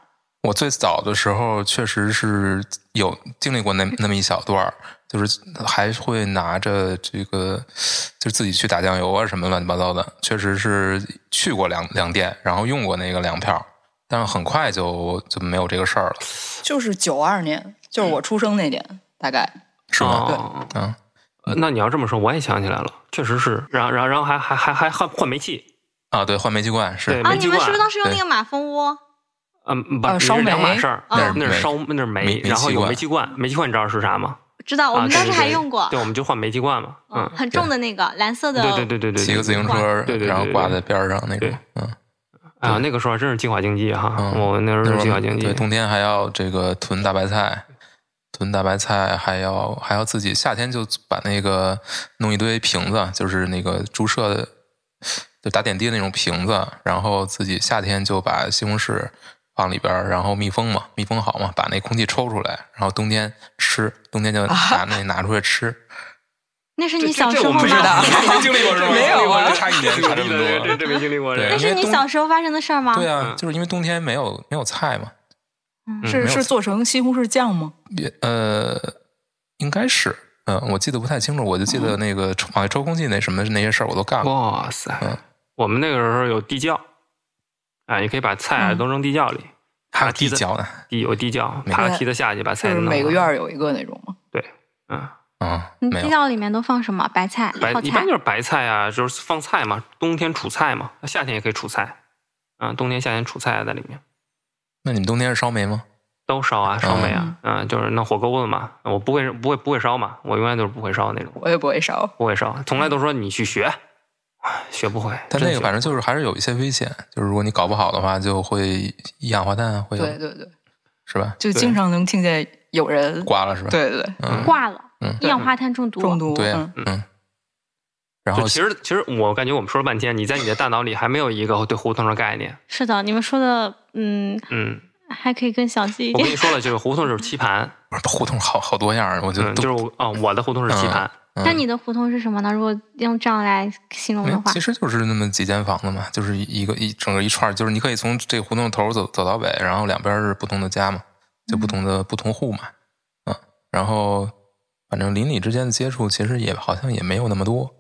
Speaker 3: 我最早的时候确实是有经历过那那么一小段儿，就是还会拿着这个，就自己去打酱油啊什么乱七八糟的，确实是去过粮粮店，然后用过那个粮票，但是很快就就没有这个事儿了，
Speaker 5: 就是九二年，就是我出生那年，大概
Speaker 3: 是吗？
Speaker 4: 哦
Speaker 3: 嗯，
Speaker 4: 呃那你要这么说，我也想起来了，确实是。然后，然后，然后还还还还换换煤气，
Speaker 3: 啊，对，换煤气罐是
Speaker 4: 对
Speaker 2: 啊，
Speaker 4: 煤
Speaker 2: 你
Speaker 4: 气
Speaker 2: 们是不是
Speaker 4: 罐，
Speaker 2: 当时用那个马蜂窝？
Speaker 4: 嗯，不
Speaker 5: 啊
Speaker 2: 哦
Speaker 4: 是，
Speaker 5: 烧
Speaker 4: 那是两
Speaker 5: 煤
Speaker 4: 码事儿，
Speaker 2: 那
Speaker 3: 是
Speaker 4: 那是
Speaker 3: 煤
Speaker 4: 烧那是
Speaker 3: 煤
Speaker 4: 煤，
Speaker 3: 煤
Speaker 4: 然后
Speaker 3: 气
Speaker 4: 有
Speaker 3: 罐
Speaker 4: 煤气罐，煤气罐你知道是啥吗？
Speaker 2: 知道，我
Speaker 4: 啊
Speaker 2: 们
Speaker 4: 对
Speaker 2: 当时
Speaker 4: 对
Speaker 2: 还
Speaker 4: 对
Speaker 2: 用过
Speaker 4: 对，，我们就换煤气罐嘛，
Speaker 2: 嗯
Speaker 4: 嗯，，
Speaker 2: 很重的那个蓝色的，
Speaker 4: 对对对对对，
Speaker 3: 骑个自行车，
Speaker 4: 对对对
Speaker 3: 然后
Speaker 4: 对
Speaker 3: 挂
Speaker 4: 对
Speaker 3: 在边儿上那种
Speaker 4: 对，
Speaker 3: 嗯。
Speaker 4: 啊，那个时候还真是计划经济哈，
Speaker 3: 嗯
Speaker 4: 我那时候
Speaker 3: 那
Speaker 4: 是
Speaker 3: 时
Speaker 4: 计
Speaker 3: 候
Speaker 4: 划经济
Speaker 3: 对，，冬天还要这个囤大白菜，囤大白菜，还要还要自己夏天就把那个弄一堆瓶子，就是那个注射的，就打点滴那种瓶子，然后自己夏天就把西红柿放里边儿，然后密封嘛，密封好嘛，把那空气抽出来，然后冬天吃，冬天就拿那拿出来吃。
Speaker 2: 那是
Speaker 4: 这
Speaker 2: 你小
Speaker 4: 这
Speaker 2: 时
Speaker 4: 这
Speaker 2: 候
Speaker 4: 我不
Speaker 2: 吗
Speaker 4: 知道？啊
Speaker 3: 没经历过是吗？
Speaker 5: 没有啊
Speaker 3: 差一年差这么多
Speaker 4: 这。这没经历过
Speaker 3: 对
Speaker 2: 那
Speaker 4: 这
Speaker 3: 因
Speaker 2: 是
Speaker 3: 为
Speaker 2: 你
Speaker 3: 冬
Speaker 2: 小时候发生的事儿吗？
Speaker 3: 对啊
Speaker 4: 嗯，
Speaker 3: 就是因为冬天没有没有菜嘛，
Speaker 5: 是
Speaker 3: 没有
Speaker 5: 是做成西红柿酱吗？
Speaker 3: 也呃，应该是，嗯，我记得不太清楚，我就记得那个抽往外抽空气那什么那些事儿我都 干过。
Speaker 4: 哇塞
Speaker 3: 嗯，
Speaker 4: 我们那个时候有地窖，啊，你可以把菜啊
Speaker 5: 嗯
Speaker 4: 都扔地窖里，
Speaker 3: 还有
Speaker 4: 爬
Speaker 3: 地
Speaker 4: 梯子
Speaker 3: 窖呢，
Speaker 4: 地有地窖，爬个梯子下去把
Speaker 5: 就
Speaker 4: 菜
Speaker 5: 是
Speaker 4: 弄。
Speaker 5: 每个院，儿有一个那种吗？
Speaker 4: 嗯，
Speaker 3: 嗯，
Speaker 2: 你
Speaker 3: 没
Speaker 2: 地
Speaker 3: 有，
Speaker 2: 窖里面都放什么？白菜、
Speaker 4: 白
Speaker 2: 泡
Speaker 4: 一般
Speaker 2: 菜
Speaker 4: 就。是白菜啊，就是放菜嘛，冬天储菜嘛，夏天也可以储菜，啊，冬天夏天储菜在里面。
Speaker 3: 那你们冬天是烧煤吗？
Speaker 4: 都烧啊，
Speaker 3: 哦
Speaker 4: 烧煤啊，嗯、就是弄火钩子嘛，我不会不会不会烧嘛，我永远都是不会烧那种，
Speaker 5: 我也不会烧。
Speaker 4: 不会烧，从来都说你去学，唉学不会。
Speaker 3: 但那
Speaker 4: 真
Speaker 3: 个
Speaker 4: 学
Speaker 3: 反正就是还是有一些危险，就是如果你搞不好的话，就会一氧化碳会有
Speaker 5: 对对对，
Speaker 3: 是吧？
Speaker 5: 就经常能听见有人
Speaker 3: 挂了是吧？
Speaker 5: 对对对
Speaker 3: 嗯，
Speaker 2: 挂了，
Speaker 3: 嗯
Speaker 2: 一氧化碳中毒。
Speaker 5: 中毒。
Speaker 3: 对
Speaker 5: 嗯
Speaker 3: 啊，嗯。然
Speaker 4: 就
Speaker 3: 后
Speaker 4: 其实其实我感觉我们说了半天，你在你的大脑里还没有一个对胡同的概念。
Speaker 2: 是的，你们说的，嗯，
Speaker 4: 嗯，
Speaker 2: 还可以更详细一
Speaker 4: 我跟你
Speaker 2: 点。
Speaker 4: 说了，就是胡同就是棋盘，
Speaker 3: 不是 胡同好好多样儿，我就
Speaker 4: 嗯，
Speaker 3: 都
Speaker 4: 就是我啊、我的胡同是棋盘，
Speaker 3: 嗯
Speaker 2: 那你的胡同是什么呢？如果用这样来形容
Speaker 3: 没
Speaker 2: 的话
Speaker 3: 哎嗯其，实就是那么几间房子嘛，就是一个一整个一串儿，就是你可以从这个胡同头走走到尾，然后两边是不同的家嘛，就不同的、不同户嘛，嗯，然后反正邻里之间的接触其实也好像也没有那么多，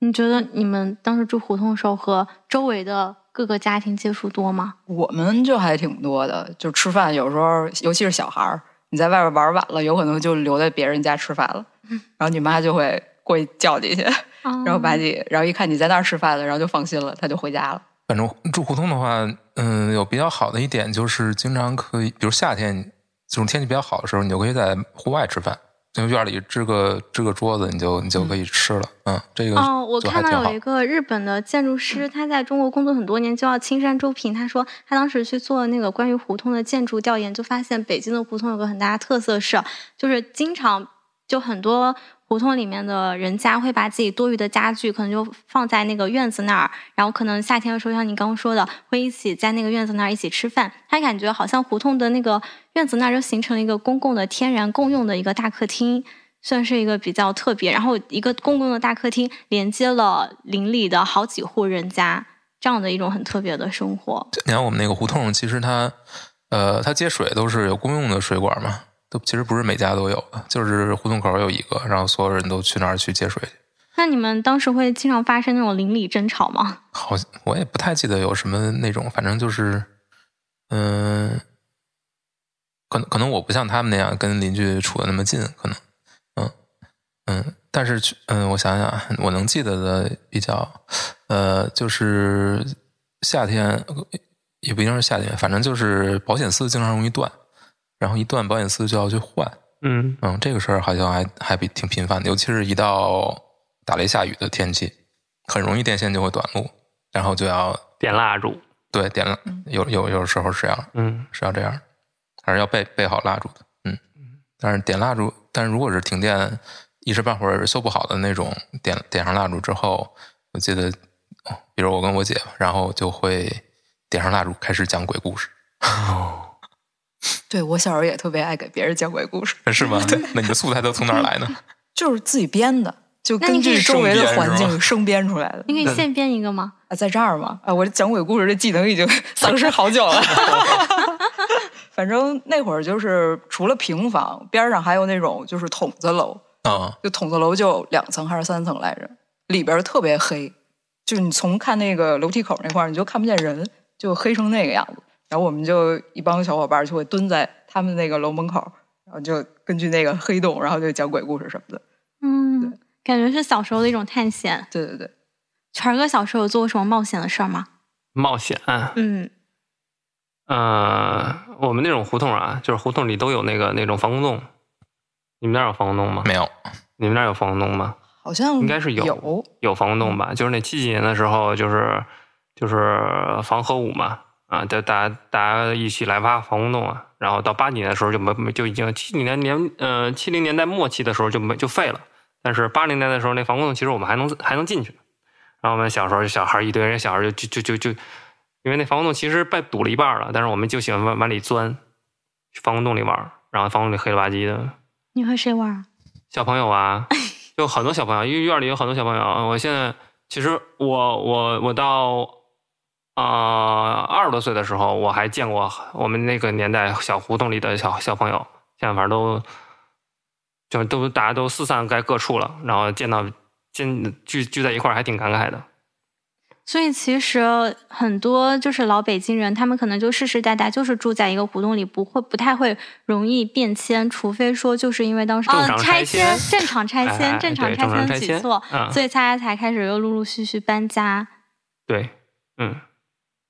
Speaker 2: 你觉得你们当时住胡同的时候和周围的各个家庭接触多吗？
Speaker 5: 我们就还挺多的，就吃饭有时候，尤其是小孩儿，你在外边玩晚了，有可能就留在别人家吃饭了，
Speaker 2: 嗯
Speaker 5: 然后你妈就会过去叫你去，
Speaker 2: 哦
Speaker 5: 然后把
Speaker 2: 啊
Speaker 5: 你，然后一看你在那儿吃饭了，然后就放心了，她就回家了。
Speaker 3: 反正住胡同的话，嗯，有比较好的一点就是经常可以，比如夏天这种天气比较好的时候，你就可以在户外吃饭，就院里支个支个桌子，你就你就可以吃了，嗯，这个
Speaker 2: 哦，我
Speaker 3: 就还
Speaker 2: 看
Speaker 3: 挺
Speaker 2: 到
Speaker 3: 好嗯
Speaker 2: 有一。个日本的建筑师，他在中国工作很多年，叫青山周平。他说他当时去做那个关于胡同的建筑调研，就发现北京的胡同有个很大的特色是，就是经常就很多胡同里面的人家会把自己多余的家具可能就放在那个院子那儿，然后可能夏天的时候，像你刚刚说的，会一起在那个院子那儿一起吃饭。他感觉好像胡同的那个院子那儿就形成了一个公共的天然共用的一个大客厅。算是一个比较特别，然后一个公共的大客厅连接了邻里的好几户人家，这样的一种很特别的生活。
Speaker 3: 你看我们那个胡同，其实它，呃，它接水都是有公用的水管嘛，都其实不是每家都有的，就是胡同口有一个，然后所有人都去那儿去接水去。
Speaker 2: 那你们当时会经常发生那种邻里争吵吗？
Speaker 3: 好，我也不太记得有什么那种，反正就是，嗯、可能可能我不像他们那样跟邻居处的那么近，可能，嗯嗯，但是去嗯，我想想啊，我能记得的比较，呃，就是夏天呃也不一定是夏天，反正就是保险丝经常容易断，然后一断保险丝就要去换，
Speaker 4: 嗯
Speaker 3: 嗯，这个事儿好像还还比挺频繁的，尤其是一到打雷下雨的天气，很容易电线就会短路，然后就要
Speaker 4: 点蜡烛，
Speaker 3: 对点了，有有有时候是要
Speaker 4: 嗯，
Speaker 3: 是要这样的，还是要备备好蜡烛的，嗯。但是点蜡烛，但是如果是停电一时半会儿修不好的那种，点点上蜡烛之后，我记得，哦比如我跟我姐，然后就会点上蜡烛开始讲鬼故事，
Speaker 5: 对我小时候也特别爱给别人讲鬼故事，
Speaker 3: 是 吗？那你的素材都从哪儿来呢？
Speaker 5: 就是自己编的，就
Speaker 2: 那你
Speaker 5: 根
Speaker 2: 可以
Speaker 5: 据周围的
Speaker 3: 生编
Speaker 5: 环
Speaker 3: 是
Speaker 5: 境生编出来的。
Speaker 2: 你可以现编一个吗？
Speaker 5: 啊，在这儿嘛，啊，我这讲鬼故事这技能已经 丧失好久了。 反正那会儿就是除了平房，边儿上还有那种就是筒子楼，
Speaker 3: 啊、
Speaker 5: 就筒子楼就有两层还是三层来着，里边儿特别黑，就是你从看那个楼梯口那块儿，你就看不见人，就黑成那个样子。然后我们就一帮小伙伴儿就会蹲在他们那个楼门口，然后就根据那个黑洞，然后就讲鬼故事什么的。
Speaker 2: 嗯感觉是小时候的一种探险。
Speaker 5: 对对对，
Speaker 2: 权儿哥小时候有做过什么冒险的事儿吗？
Speaker 4: 冒险。啊
Speaker 2: 嗯，
Speaker 4: 呃，我们那种胡同啊，就是胡同里都有那个那种防空洞。你们那儿有防空洞吗？
Speaker 3: 没有，
Speaker 4: 你们那儿有防空洞吗？
Speaker 5: 好像
Speaker 4: 应该是有
Speaker 5: 有
Speaker 4: 有防空洞吧？就是那七几年的时候，就是就是防核武嘛，啊，就大家大家一起来挖防空洞啊。然后到八几年的时候就没没就已经七几年年呃七零年代末期的时候就没就废了。但是八零年代的时候，那防空洞其实我们还能还能进去。然后我们小时候小孩一堆人，小孩就就就就就，因为那防空洞其实被堵了一半了，但是我们就喜欢往往里钻，去防空洞里玩，然后防空洞里黑了吧唧的，
Speaker 2: 你和谁玩啊？
Speaker 4: 小朋友啊，有很多小朋友，因为院里有很多小朋友。呃我现在其实我我我到啊二十多岁的时候，我还见过我们那个年代小胡同里的小小朋友，现在反正都就是都大家都四散该各处了，然后见到见聚聚在一块儿还挺感慨的。
Speaker 2: 所以其实很多就是老北京人，他们可能就世世代代就是住在一个胡同里，不会不太会容易变迁，除非说就是因为当时
Speaker 4: 正
Speaker 2: 呃
Speaker 4: 常
Speaker 2: 拆
Speaker 4: 拆迁
Speaker 2: 正常拆
Speaker 4: 哎
Speaker 2: 迁，
Speaker 4: 哎
Speaker 2: 正常
Speaker 4: 对正常拆
Speaker 2: 举
Speaker 4: 迁
Speaker 2: 措，
Speaker 4: 嗯
Speaker 2: 所以大家才开始又陆陆续续搬家，
Speaker 4: 对，嗯，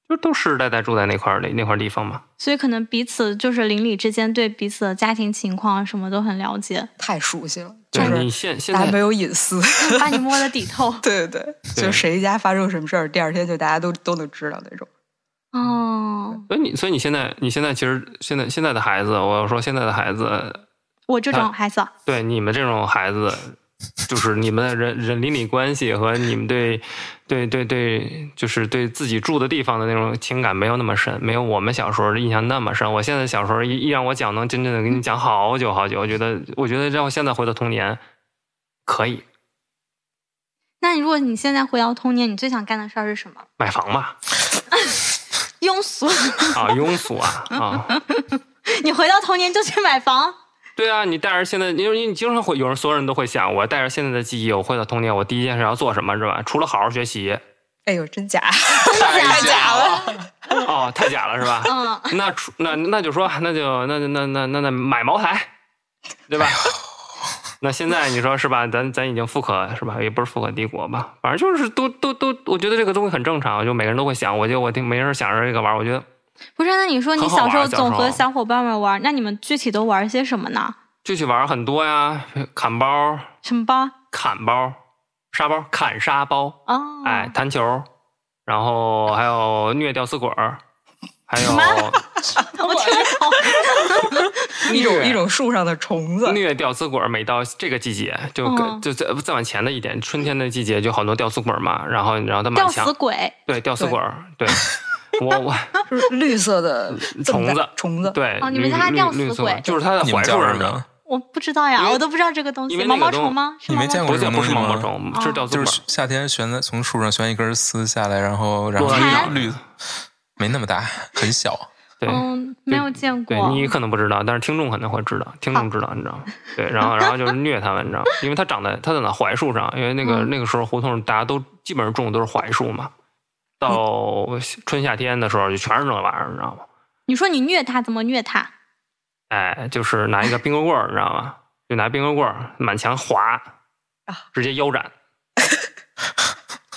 Speaker 4: 就都世世代代住在那块儿那那块儿地方嘛。
Speaker 2: 所以可能彼此就是邻里之间对彼此的家庭情况什么都很了解，
Speaker 5: 太熟悉了，就
Speaker 4: 对
Speaker 5: 是
Speaker 4: 你现现
Speaker 5: 大家没
Speaker 4: 在
Speaker 5: 有隐私。
Speaker 2: 把你摸得底透。
Speaker 5: 对对对，
Speaker 4: 对
Speaker 5: 就谁家发生什么事儿，第二天就大家都都能知道那种。
Speaker 2: 哦，
Speaker 4: 所以你所以你现在你现在其实现在现在的孩子，我要说现在的孩子
Speaker 2: 我这种
Speaker 4: 他
Speaker 2: 孩子，啊
Speaker 4: 对你们这种孩子，就是你们的人人邻里关系和你们对对对对，就是对自己住的地方的那种情感没有那么深，没有我们小时候印象那么深。我现在小时候一一让我讲，能真正的跟你讲好久好久。我觉得，我觉得让我现在回到童年，可以
Speaker 2: 那如果你现在回到童年，你最想干的事儿是什么？
Speaker 4: 买房吧？
Speaker 2: 庸俗，
Speaker 4: 啊，庸俗啊啊！
Speaker 2: 你回到童年就去买房。
Speaker 4: 对啊，你带着现在，因为你经常会有人，所有人都会想，我带着现在的记忆，我回到童年，我第一件事要做什么是吧？除了好好学习，
Speaker 5: 哎呦，真假？
Speaker 4: 太
Speaker 5: 假
Speaker 4: 了，哦，太假了是吧？
Speaker 2: 嗯，
Speaker 4: 那出那那就说，那就那就那那那那买茅台，对吧？ 那现在你说是吧？咱咱已经富可是吧？也不是富可敌国吧，反正就是都都都，我觉得这个东西很正常，就每个人都会想。我就我听没事想着这个玩儿，我觉得
Speaker 2: 不是，那你说你
Speaker 4: 很好
Speaker 2: 小
Speaker 4: 玩
Speaker 2: 时候
Speaker 4: 小
Speaker 2: 总
Speaker 4: 时
Speaker 2: 和
Speaker 4: 候
Speaker 2: 小伙伴们玩，那你们具体都玩些什么呢？
Speaker 4: 就去玩儿很多呀，砍包、
Speaker 2: 什么包？
Speaker 4: 砍包、沙包、砍沙包，
Speaker 2: 哦，
Speaker 4: 哎，弹球，然后还有虐吊死鬼儿，还有
Speaker 2: 我听不 懂。
Speaker 5: 一种
Speaker 4: 虐
Speaker 5: 一种树上的虫子，
Speaker 4: 虐吊死鬼儿，每到这个季节，就
Speaker 2: 嗯
Speaker 4: 就再再往前的一点，春天的季节就好多吊死鬼儿嘛，然后然后它满
Speaker 2: 吊死
Speaker 4: 墙
Speaker 2: 鬼，
Speaker 4: 对吊死鬼儿， 对我我
Speaker 5: 就是绿色的
Speaker 4: 虫
Speaker 5: 这么
Speaker 4: 子
Speaker 5: 大虫子。
Speaker 4: 对
Speaker 2: 哦你们
Speaker 4: 绿
Speaker 2: 家还
Speaker 4: 绿
Speaker 2: 吊死
Speaker 4: 绿色
Speaker 2: 鬼
Speaker 4: 的就是它的
Speaker 3: 你
Speaker 4: 槐
Speaker 3: 们叫
Speaker 4: 树
Speaker 3: 什
Speaker 4: 上
Speaker 3: 么
Speaker 4: 的，
Speaker 3: 呀？
Speaker 2: 我不知道呀，
Speaker 4: 因为
Speaker 2: 我都不知道这个东西。
Speaker 4: 因为
Speaker 2: 毛
Speaker 4: 那个
Speaker 2: 毛
Speaker 4: 东
Speaker 2: 虫吗？是
Speaker 3: 你
Speaker 2: 毛
Speaker 3: 没
Speaker 2: 毛
Speaker 3: 见
Speaker 2: 虫
Speaker 3: 过
Speaker 4: 不
Speaker 3: 这
Speaker 4: 是
Speaker 3: 种
Speaker 4: 不
Speaker 3: 东
Speaker 4: 是
Speaker 3: 西
Speaker 4: 毛毛
Speaker 3: 吗？
Speaker 2: 哦
Speaker 4: 虫，是吊死
Speaker 3: 就
Speaker 4: 鬼儿，
Speaker 3: 是夏天悬在从树上悬一根丝下来，然后然后
Speaker 4: 落
Speaker 2: 到地上
Speaker 3: 绿绿没那么大，很小。
Speaker 4: 对。
Speaker 2: 嗯，哦没有见
Speaker 4: 对
Speaker 2: 过。
Speaker 4: 你可能不知道，但是听众可能会知道，听
Speaker 2: 哦
Speaker 4: 众知道，你知道吗？对，然后然后就是虐他们，你知道吗？因为它长在它长在槐树上，因为那个、
Speaker 2: 嗯
Speaker 4: 那个时候胡同大家都基本上种的都是槐树嘛，到春夏天的时候就全是这玩意儿，你知道吗？
Speaker 2: 你说你虐它，怎么虐它？
Speaker 4: 哎，就是拿一个冰棍棍儿，你知道吗？就拿冰棍棍儿满墙
Speaker 2: 啊
Speaker 4: 划，直接腰 斩。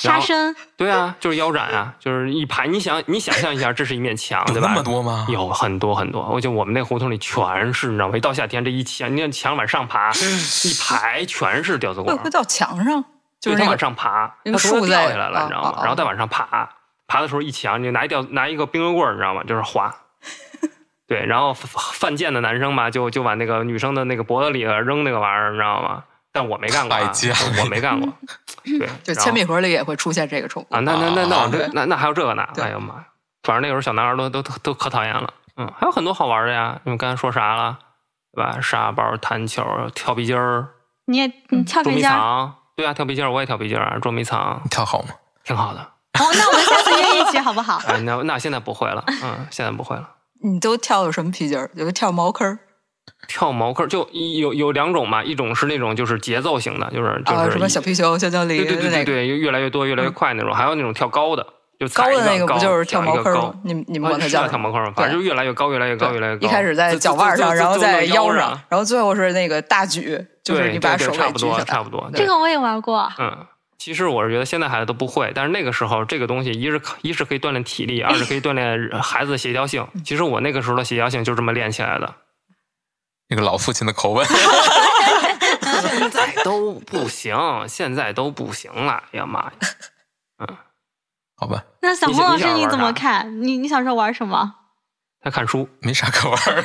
Speaker 4: 然
Speaker 2: 杀
Speaker 4: 后
Speaker 2: 生？
Speaker 4: 对啊，就是腰斩啊，就是一排。你想，你想象一下，这是一面墙，
Speaker 3: 有
Speaker 4: 啊对
Speaker 3: 那
Speaker 4: 吧？
Speaker 3: 么多吗？
Speaker 4: 有很多很多，我就我们那胡同里全是，你知道吗？一到夏天，这一墙，你看墙往上 爬，一排全是吊死
Speaker 5: 会
Speaker 4: 鬼儿，
Speaker 5: 会到墙上，就
Speaker 4: 对
Speaker 5: 是
Speaker 4: 它
Speaker 5: 那
Speaker 4: 往
Speaker 5: 个
Speaker 4: 上爬，它
Speaker 5: 那个
Speaker 4: 从
Speaker 5: 树
Speaker 4: 那
Speaker 5: 在
Speaker 4: 掉下来了，
Speaker 5: 啊
Speaker 4: 你知道
Speaker 5: 啊
Speaker 4: 吗？
Speaker 5: 啊
Speaker 4: 然后再往上爬，爬的时候一墙，你拿一吊拿一个冰棍棍儿，你知道吗？就是 滑。对，然后犯贱的男生嘛，就就往那个女生的那个脖子里边扔那个玩意儿，你知道吗？但我没干过、
Speaker 3: 太
Speaker 4: 啊
Speaker 3: 贱，了
Speaker 4: 我没干过。对，
Speaker 5: 就
Speaker 4: 然
Speaker 5: 铅
Speaker 4: 后
Speaker 5: 笔盒里也会出现这个虫子
Speaker 4: 啊，那那那那我这
Speaker 5: 啊
Speaker 4: 那那还有这个呢？
Speaker 5: 对
Speaker 4: 哎呀妈呀！反正那时候小男孩都都都都可讨厌了。嗯，还有很多好玩的呀。你们刚才说啥了？对吧？沙包、弹球、跳皮筋儿、
Speaker 2: 你也你跳
Speaker 4: 嗯捉
Speaker 2: 皮
Speaker 4: 迷
Speaker 2: 筋儿？
Speaker 4: 藏。对啊，跳皮筋儿我也跳皮筋儿啊，捉迷藏
Speaker 3: 你跳好吗？
Speaker 4: 挺好的。
Speaker 2: 哦，那我们下次约一起好不 好？
Speaker 4: 哎，那那现在不会了，嗯，现在不会了。
Speaker 5: 你都跳的什么皮筋儿？有的跳茅坑儿
Speaker 4: 跳茅坑儿就一有有两种嘛，一种是那种就是节奏型的，就是就是、
Speaker 5: 哦啊，什么小皮球、香蕉梨
Speaker 4: 对对对
Speaker 5: 那
Speaker 4: 对
Speaker 5: 个。嗯
Speaker 4: 对，越越来越多，越来越快那种，还有那种跳高的，就
Speaker 5: 高
Speaker 4: 踩一
Speaker 5: 的那个不就是跳
Speaker 4: 脚
Speaker 5: 毛
Speaker 4: 一
Speaker 5: 坑
Speaker 4: 高
Speaker 5: 吗？你们你们
Speaker 4: 啊
Speaker 5: 管它
Speaker 4: 是叫
Speaker 5: 叫
Speaker 4: 跳
Speaker 5: 什
Speaker 4: 毛
Speaker 5: 么？
Speaker 4: 坑吗？反正就越来越高，越来越高，
Speaker 5: 对
Speaker 4: 越来越高。
Speaker 5: 一开始在
Speaker 4: 就
Speaker 5: 脚腕
Speaker 4: 就
Speaker 5: 上，
Speaker 4: 就
Speaker 5: 然后
Speaker 4: 就弄
Speaker 5: 在
Speaker 4: 到
Speaker 5: 腰
Speaker 4: 腰
Speaker 5: 上，，然后最后是那个大举，就是
Speaker 4: 对
Speaker 5: 你把
Speaker 4: 对
Speaker 5: 手
Speaker 4: 对差
Speaker 5: 给
Speaker 4: 不
Speaker 5: 举起
Speaker 4: 多，
Speaker 5: 来，
Speaker 4: 差不多。
Speaker 2: 这个我也玩过，
Speaker 4: 嗯，其实我是觉得现在孩子都不会，但是那个时候这个东西，一是可一是可以锻炼体力，二是可以锻炼孩子的协调性。
Speaker 5: 嗯
Speaker 4: 其实我那个时候的协调性就这么练起来的。
Speaker 3: 那个老父亲的口吻，
Speaker 4: 现在都不行，现在都不行了，哎呀妈呀！
Speaker 3: 好吧，
Speaker 2: 那小
Speaker 4: 你
Speaker 2: 峰
Speaker 4: 小
Speaker 2: 老
Speaker 4: 你
Speaker 2: 师
Speaker 4: 小时候
Speaker 2: 你
Speaker 4: 玩
Speaker 2: 怎么
Speaker 4: 啥
Speaker 2: 看？你你小时候玩什么？
Speaker 4: 他看书，
Speaker 3: 没啥可玩儿的。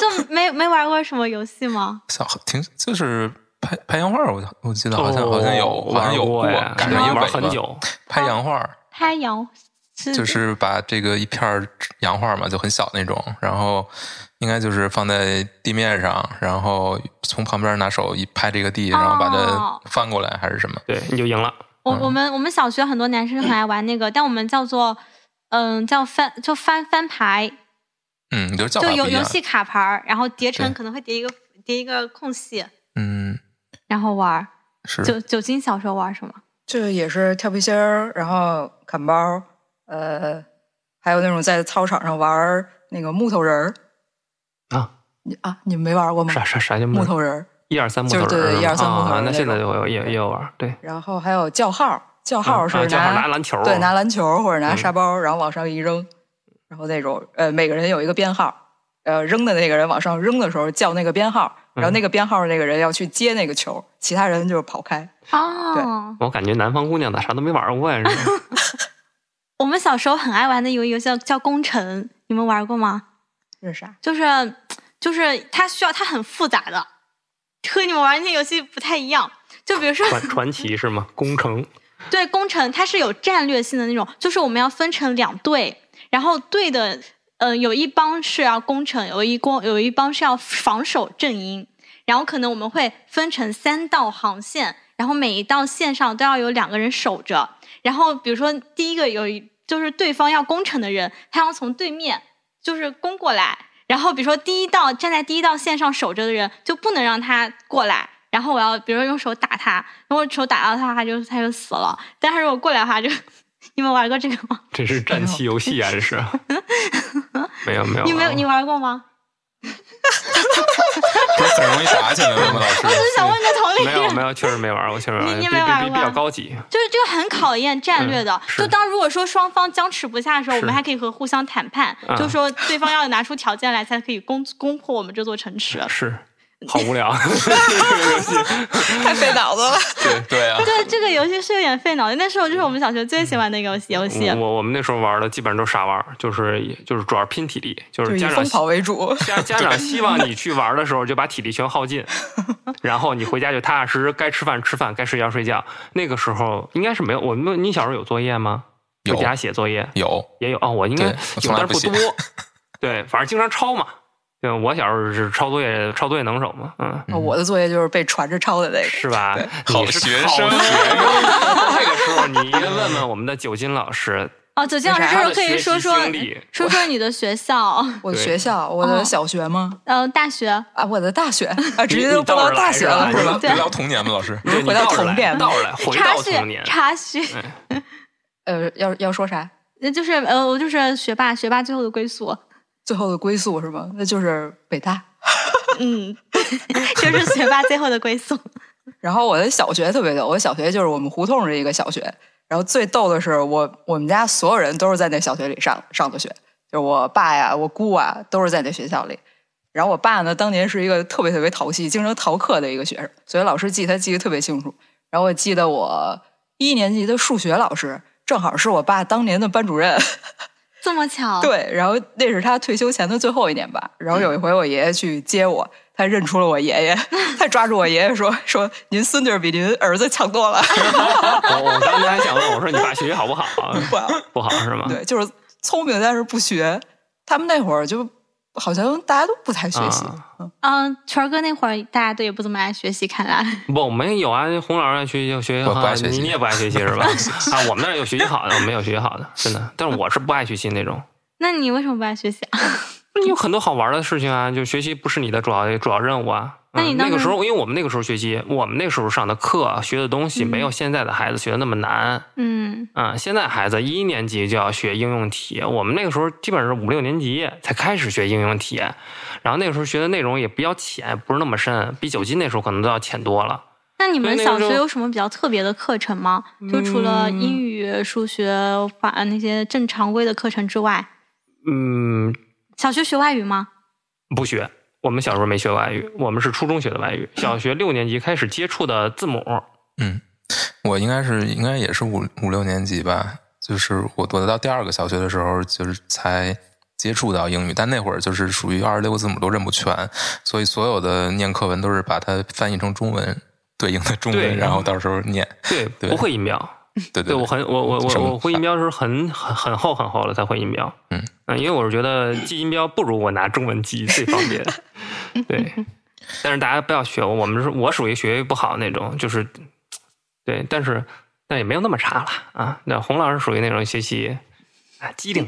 Speaker 2: 就没没玩过什么游戏吗？
Speaker 4: 哎
Speaker 3: 小挺就是拍拍洋画儿，我我记得 好像、好像有，
Speaker 4: 哦
Speaker 3: 好像有
Speaker 4: 玩过呀，
Speaker 3: 赶上一个
Speaker 4: 玩
Speaker 3: 尾
Speaker 4: 很
Speaker 3: 巴
Speaker 4: 久。
Speaker 3: 拍洋画儿，
Speaker 2: 拍洋是
Speaker 3: 就是把这个一片儿洋画嘛，就很小那种，然后应该就是放在地面上，然后从旁边拿手一拍这个地，然后把它
Speaker 2: 哦
Speaker 3: 翻过来还是什么？
Speaker 4: 对，你就赢了。
Speaker 2: 我
Speaker 3: 嗯
Speaker 2: 我们我们小学很多男生很爱玩那个，但我们叫做嗯、叫翻就翻翻牌，
Speaker 3: 嗯，你就叫
Speaker 2: 就
Speaker 3: 法不
Speaker 2: 游
Speaker 3: 一
Speaker 2: 游
Speaker 3: 样。
Speaker 2: 戏卡牌儿，然后叠成
Speaker 3: 对
Speaker 2: 可能会叠一个叠一个空隙，
Speaker 3: 嗯，
Speaker 2: 然后玩儿。
Speaker 3: 是
Speaker 2: 酒酒精小时候玩什么？
Speaker 5: 这也是跳皮筋儿，然后砍包，呃，还有那种在操场上玩儿那个木头人儿
Speaker 4: 啊
Speaker 5: 你啊，你们没玩过吗？
Speaker 4: 啥啥啥叫
Speaker 5: 木头人儿，
Speaker 4: 一二三木头人
Speaker 5: 就是
Speaker 4: 儿是吧？
Speaker 5: 对一二三木头人
Speaker 4: 啊
Speaker 5: 儿
Speaker 4: 那
Speaker 5: 那
Speaker 4: 现在
Speaker 5: 种
Speaker 4: 就有也也有玩儿，对，
Speaker 5: 然后还有叫号，叫号是
Speaker 4: 啊正好
Speaker 5: 拿
Speaker 4: 拿篮球，
Speaker 5: 对拿篮球或者拿
Speaker 4: 嗯
Speaker 5: 沙包，然后往上一扔，然后那种呃每个人有一个编号，呃扔的那个人往上扔的时候叫那个编号，然
Speaker 4: 嗯
Speaker 5: 后那个编号那个人要去接那个球，其他人就是跑开。
Speaker 2: 哦，
Speaker 4: 我感觉南方姑娘咋啥都没玩过呀？是 吧
Speaker 2: 我们小时候很爱玩的有一个游戏叫叫工程，你们玩过吗？
Speaker 5: 这是啥？
Speaker 2: 就是就是它需要它很复杂的，和你们玩那些游戏不太一样。就比如说，
Speaker 4: 传传奇是吗？工程
Speaker 2: 对工程它是有战略性的那种，就是我们要分成两队，然后队的呃有一帮是要攻城，有一攻有一帮是要防守阵营，然后可能我们会分成三道航线，然后每一道线上都要有两个人守着，然后比如说第一个有一就是对方要攻城的人，他要从对面就是攻过来，然后比如说第一道站在第一道线上守着的人就不能让他过来，然后我要比如说用手打他，如果手打到他，他就他就死了，但他如果过来的话就。 你们玩过这个 吗？
Speaker 4: 这是战棋游戏啊，这 是。没有没有，
Speaker 2: 你没有？你
Speaker 4: 玩
Speaker 2: 玩过 吗？
Speaker 3: 不是 很容易打起来吗？老师
Speaker 2: 我，只是想问个同
Speaker 4: 过
Speaker 2: 龄
Speaker 4: 没
Speaker 2: 人。
Speaker 4: 有没有，确实没玩过，确实没
Speaker 2: 你你
Speaker 4: 玩
Speaker 2: 没
Speaker 4: 过，
Speaker 2: 玩
Speaker 4: 比比
Speaker 2: 过
Speaker 4: 比比较高级。
Speaker 2: 就是这个很考验战略的
Speaker 4: 嗯。是
Speaker 2: 就当如果说双方僵持不下的时候，
Speaker 4: 是
Speaker 2: 我们还可以和互相谈判，
Speaker 4: 嗯
Speaker 2: 就是说对方要拿出条件来，才可以攻攻破我们这座城池。
Speaker 4: 是，好无 聊。这个游戏
Speaker 5: 太费脑子了。
Speaker 3: 对对啊，
Speaker 2: 对，这个游戏是有点费脑筋，那时候就是我们小学最喜欢的一个游戏。 游戏
Speaker 4: 嗯我我我们那时候玩的基本上都是傻玩儿，就是就是主要是拼体力， 就
Speaker 5: 就是以
Speaker 4: 家长
Speaker 5: 疯跑为主，
Speaker 4: 家家长希望你去玩的时候就把体力全耗尽，然后你回家就踏踏实实该吃饭吃饭，该睡觉睡觉。那个时候应该是没有我们，你小时候有作业吗？
Speaker 3: 有
Speaker 4: 回家写作业
Speaker 3: 有
Speaker 4: 也有哦，我应该
Speaker 3: 对我
Speaker 4: 有，
Speaker 3: 从来
Speaker 4: 但是
Speaker 3: 不
Speaker 4: 不
Speaker 3: 写
Speaker 4: 多。 对，反正经常抄嘛。对，我小时候是抄作业，抄作业能手嘛，嗯，
Speaker 5: 啊我的作业就是被传着抄的那个。
Speaker 4: 是吧？
Speaker 3: 好
Speaker 4: 你是
Speaker 3: 学
Speaker 4: 好
Speaker 3: 生啊
Speaker 4: 学生 这个时候你应该问问我们的酒精老师，
Speaker 2: 哦，九金老师，
Speaker 5: 那
Speaker 2: 这
Speaker 5: 啥
Speaker 2: 时候可以说说
Speaker 4: 他的学习经历
Speaker 2: 说说你的学校，
Speaker 5: 我的
Speaker 4: 对
Speaker 5: 学校，我
Speaker 2: 哦
Speaker 5: 的小学吗？
Speaker 2: 呃，大学。
Speaker 5: 啊，我的大学啊，直接
Speaker 4: 你
Speaker 5: 就
Speaker 4: 倒
Speaker 5: 到
Speaker 4: 着来
Speaker 5: 大学
Speaker 4: 是吧
Speaker 5: 了是吧？
Speaker 3: 别聊童年吧，老师。
Speaker 4: 对，你
Speaker 5: 回到
Speaker 4: 倒着
Speaker 5: 童
Speaker 4: 来
Speaker 5: 年
Speaker 4: 倒着来，回
Speaker 2: 插
Speaker 4: 到
Speaker 2: 叙
Speaker 4: 童年，嗯
Speaker 2: 插叙，
Speaker 5: 呃，要要说啥？
Speaker 2: 那就是呃，我就是学霸，学霸最后的归宿，
Speaker 5: 最后的归宿是吗？那就是北大。
Speaker 2: 嗯， 就是学霸最后的归宿。
Speaker 5: 然后我的小学特别逗，我小学就是我们胡同是一个小学，然后最逗的是我我们家所有人都是在那小学里上上的学，就是我爸呀、我姑啊都是在那学校里。然后我爸呢，当年是一个特别特别淘气、经常逃课的一个学生，所以老师记他记得特别清楚。然后我记得我一年级的数学老师正好是我爸当年的班主任。
Speaker 2: 这么巧，
Speaker 5: 对，然后那是他退休前的最后一年吧。然后有一回我爷爷去接我，他认出了我爷 爷，他抓住我爷爷说：“说您孙女儿比您儿子 强多了。
Speaker 4: 我我刚才还想问，我说你爸学习好不好 啊？
Speaker 5: 不好
Speaker 4: 不好是吗？”
Speaker 5: 对，就是聪明但是不学。他们那会儿就好像大家都不太学习，
Speaker 4: 啊
Speaker 2: 嗯，权儿哥那会儿大家都也不怎么爱学习，看来。
Speaker 4: 不，我们有啊，洪老师爱学习，学习
Speaker 3: 我
Speaker 4: 好
Speaker 3: 不爱
Speaker 4: 啊
Speaker 3: 学习
Speaker 4: 你你也不爱学习是吧？啊，我们那儿有学习好的，我们有学习好的，真的。但是我是不爱学习那种，
Speaker 2: 那你为什么不爱学习啊？
Speaker 4: 你有很多好玩的事情啊，就学习不是你的主要主要任务啊。
Speaker 2: 那你
Speaker 4: 嗯
Speaker 2: 当
Speaker 4: 那个
Speaker 2: 时
Speaker 4: 时候，因为我们那个时候学习，我们那时候上的课啊学的东西没有现在的孩子学的那么难
Speaker 2: 嗯
Speaker 4: 啊、现在孩子一年级就要学应用题，我们那个时候基本上是五六年级才开始学应用题，然后那个时候学的内容也比较浅，不是那么深，比九级那时候可能都要浅多了。
Speaker 2: 那你们
Speaker 4: 对那
Speaker 2: 小
Speaker 4: 个时候嗯
Speaker 2: 学有什么比较特别的课程吗？就除了英语、数学、法那些正常规的课程之外，
Speaker 4: 嗯，
Speaker 2: 小学学外语吗？
Speaker 4: 不学。我们小时候没学外语，我们是初中学的外语，小学六年级开始接触的字母。
Speaker 3: 嗯，我应该是应该也是五五六年级吧，就是我我到第二个小学的时候，就是才接触到英语，但那会儿就是属于二十六个字母都认不全，所以所有的念课文都是把它翻译成中文对应的中
Speaker 4: 对
Speaker 3: 文，然后到时候念。
Speaker 4: 对，
Speaker 3: 对
Speaker 4: 不会音标。
Speaker 3: 对
Speaker 4: 对
Speaker 3: 对，
Speaker 4: 我很我我
Speaker 3: 什
Speaker 4: 我
Speaker 3: 么
Speaker 4: 我会音标是很很很厚很厚了才会音标。
Speaker 3: 嗯
Speaker 4: 因为我是觉得记音标不如我拿中文记最方 便。对，但是大家不要学我，我们是我属于学习不好那种，就是对，但是但也没有那么差了啊。那洪老师属于那种学习啊机灵，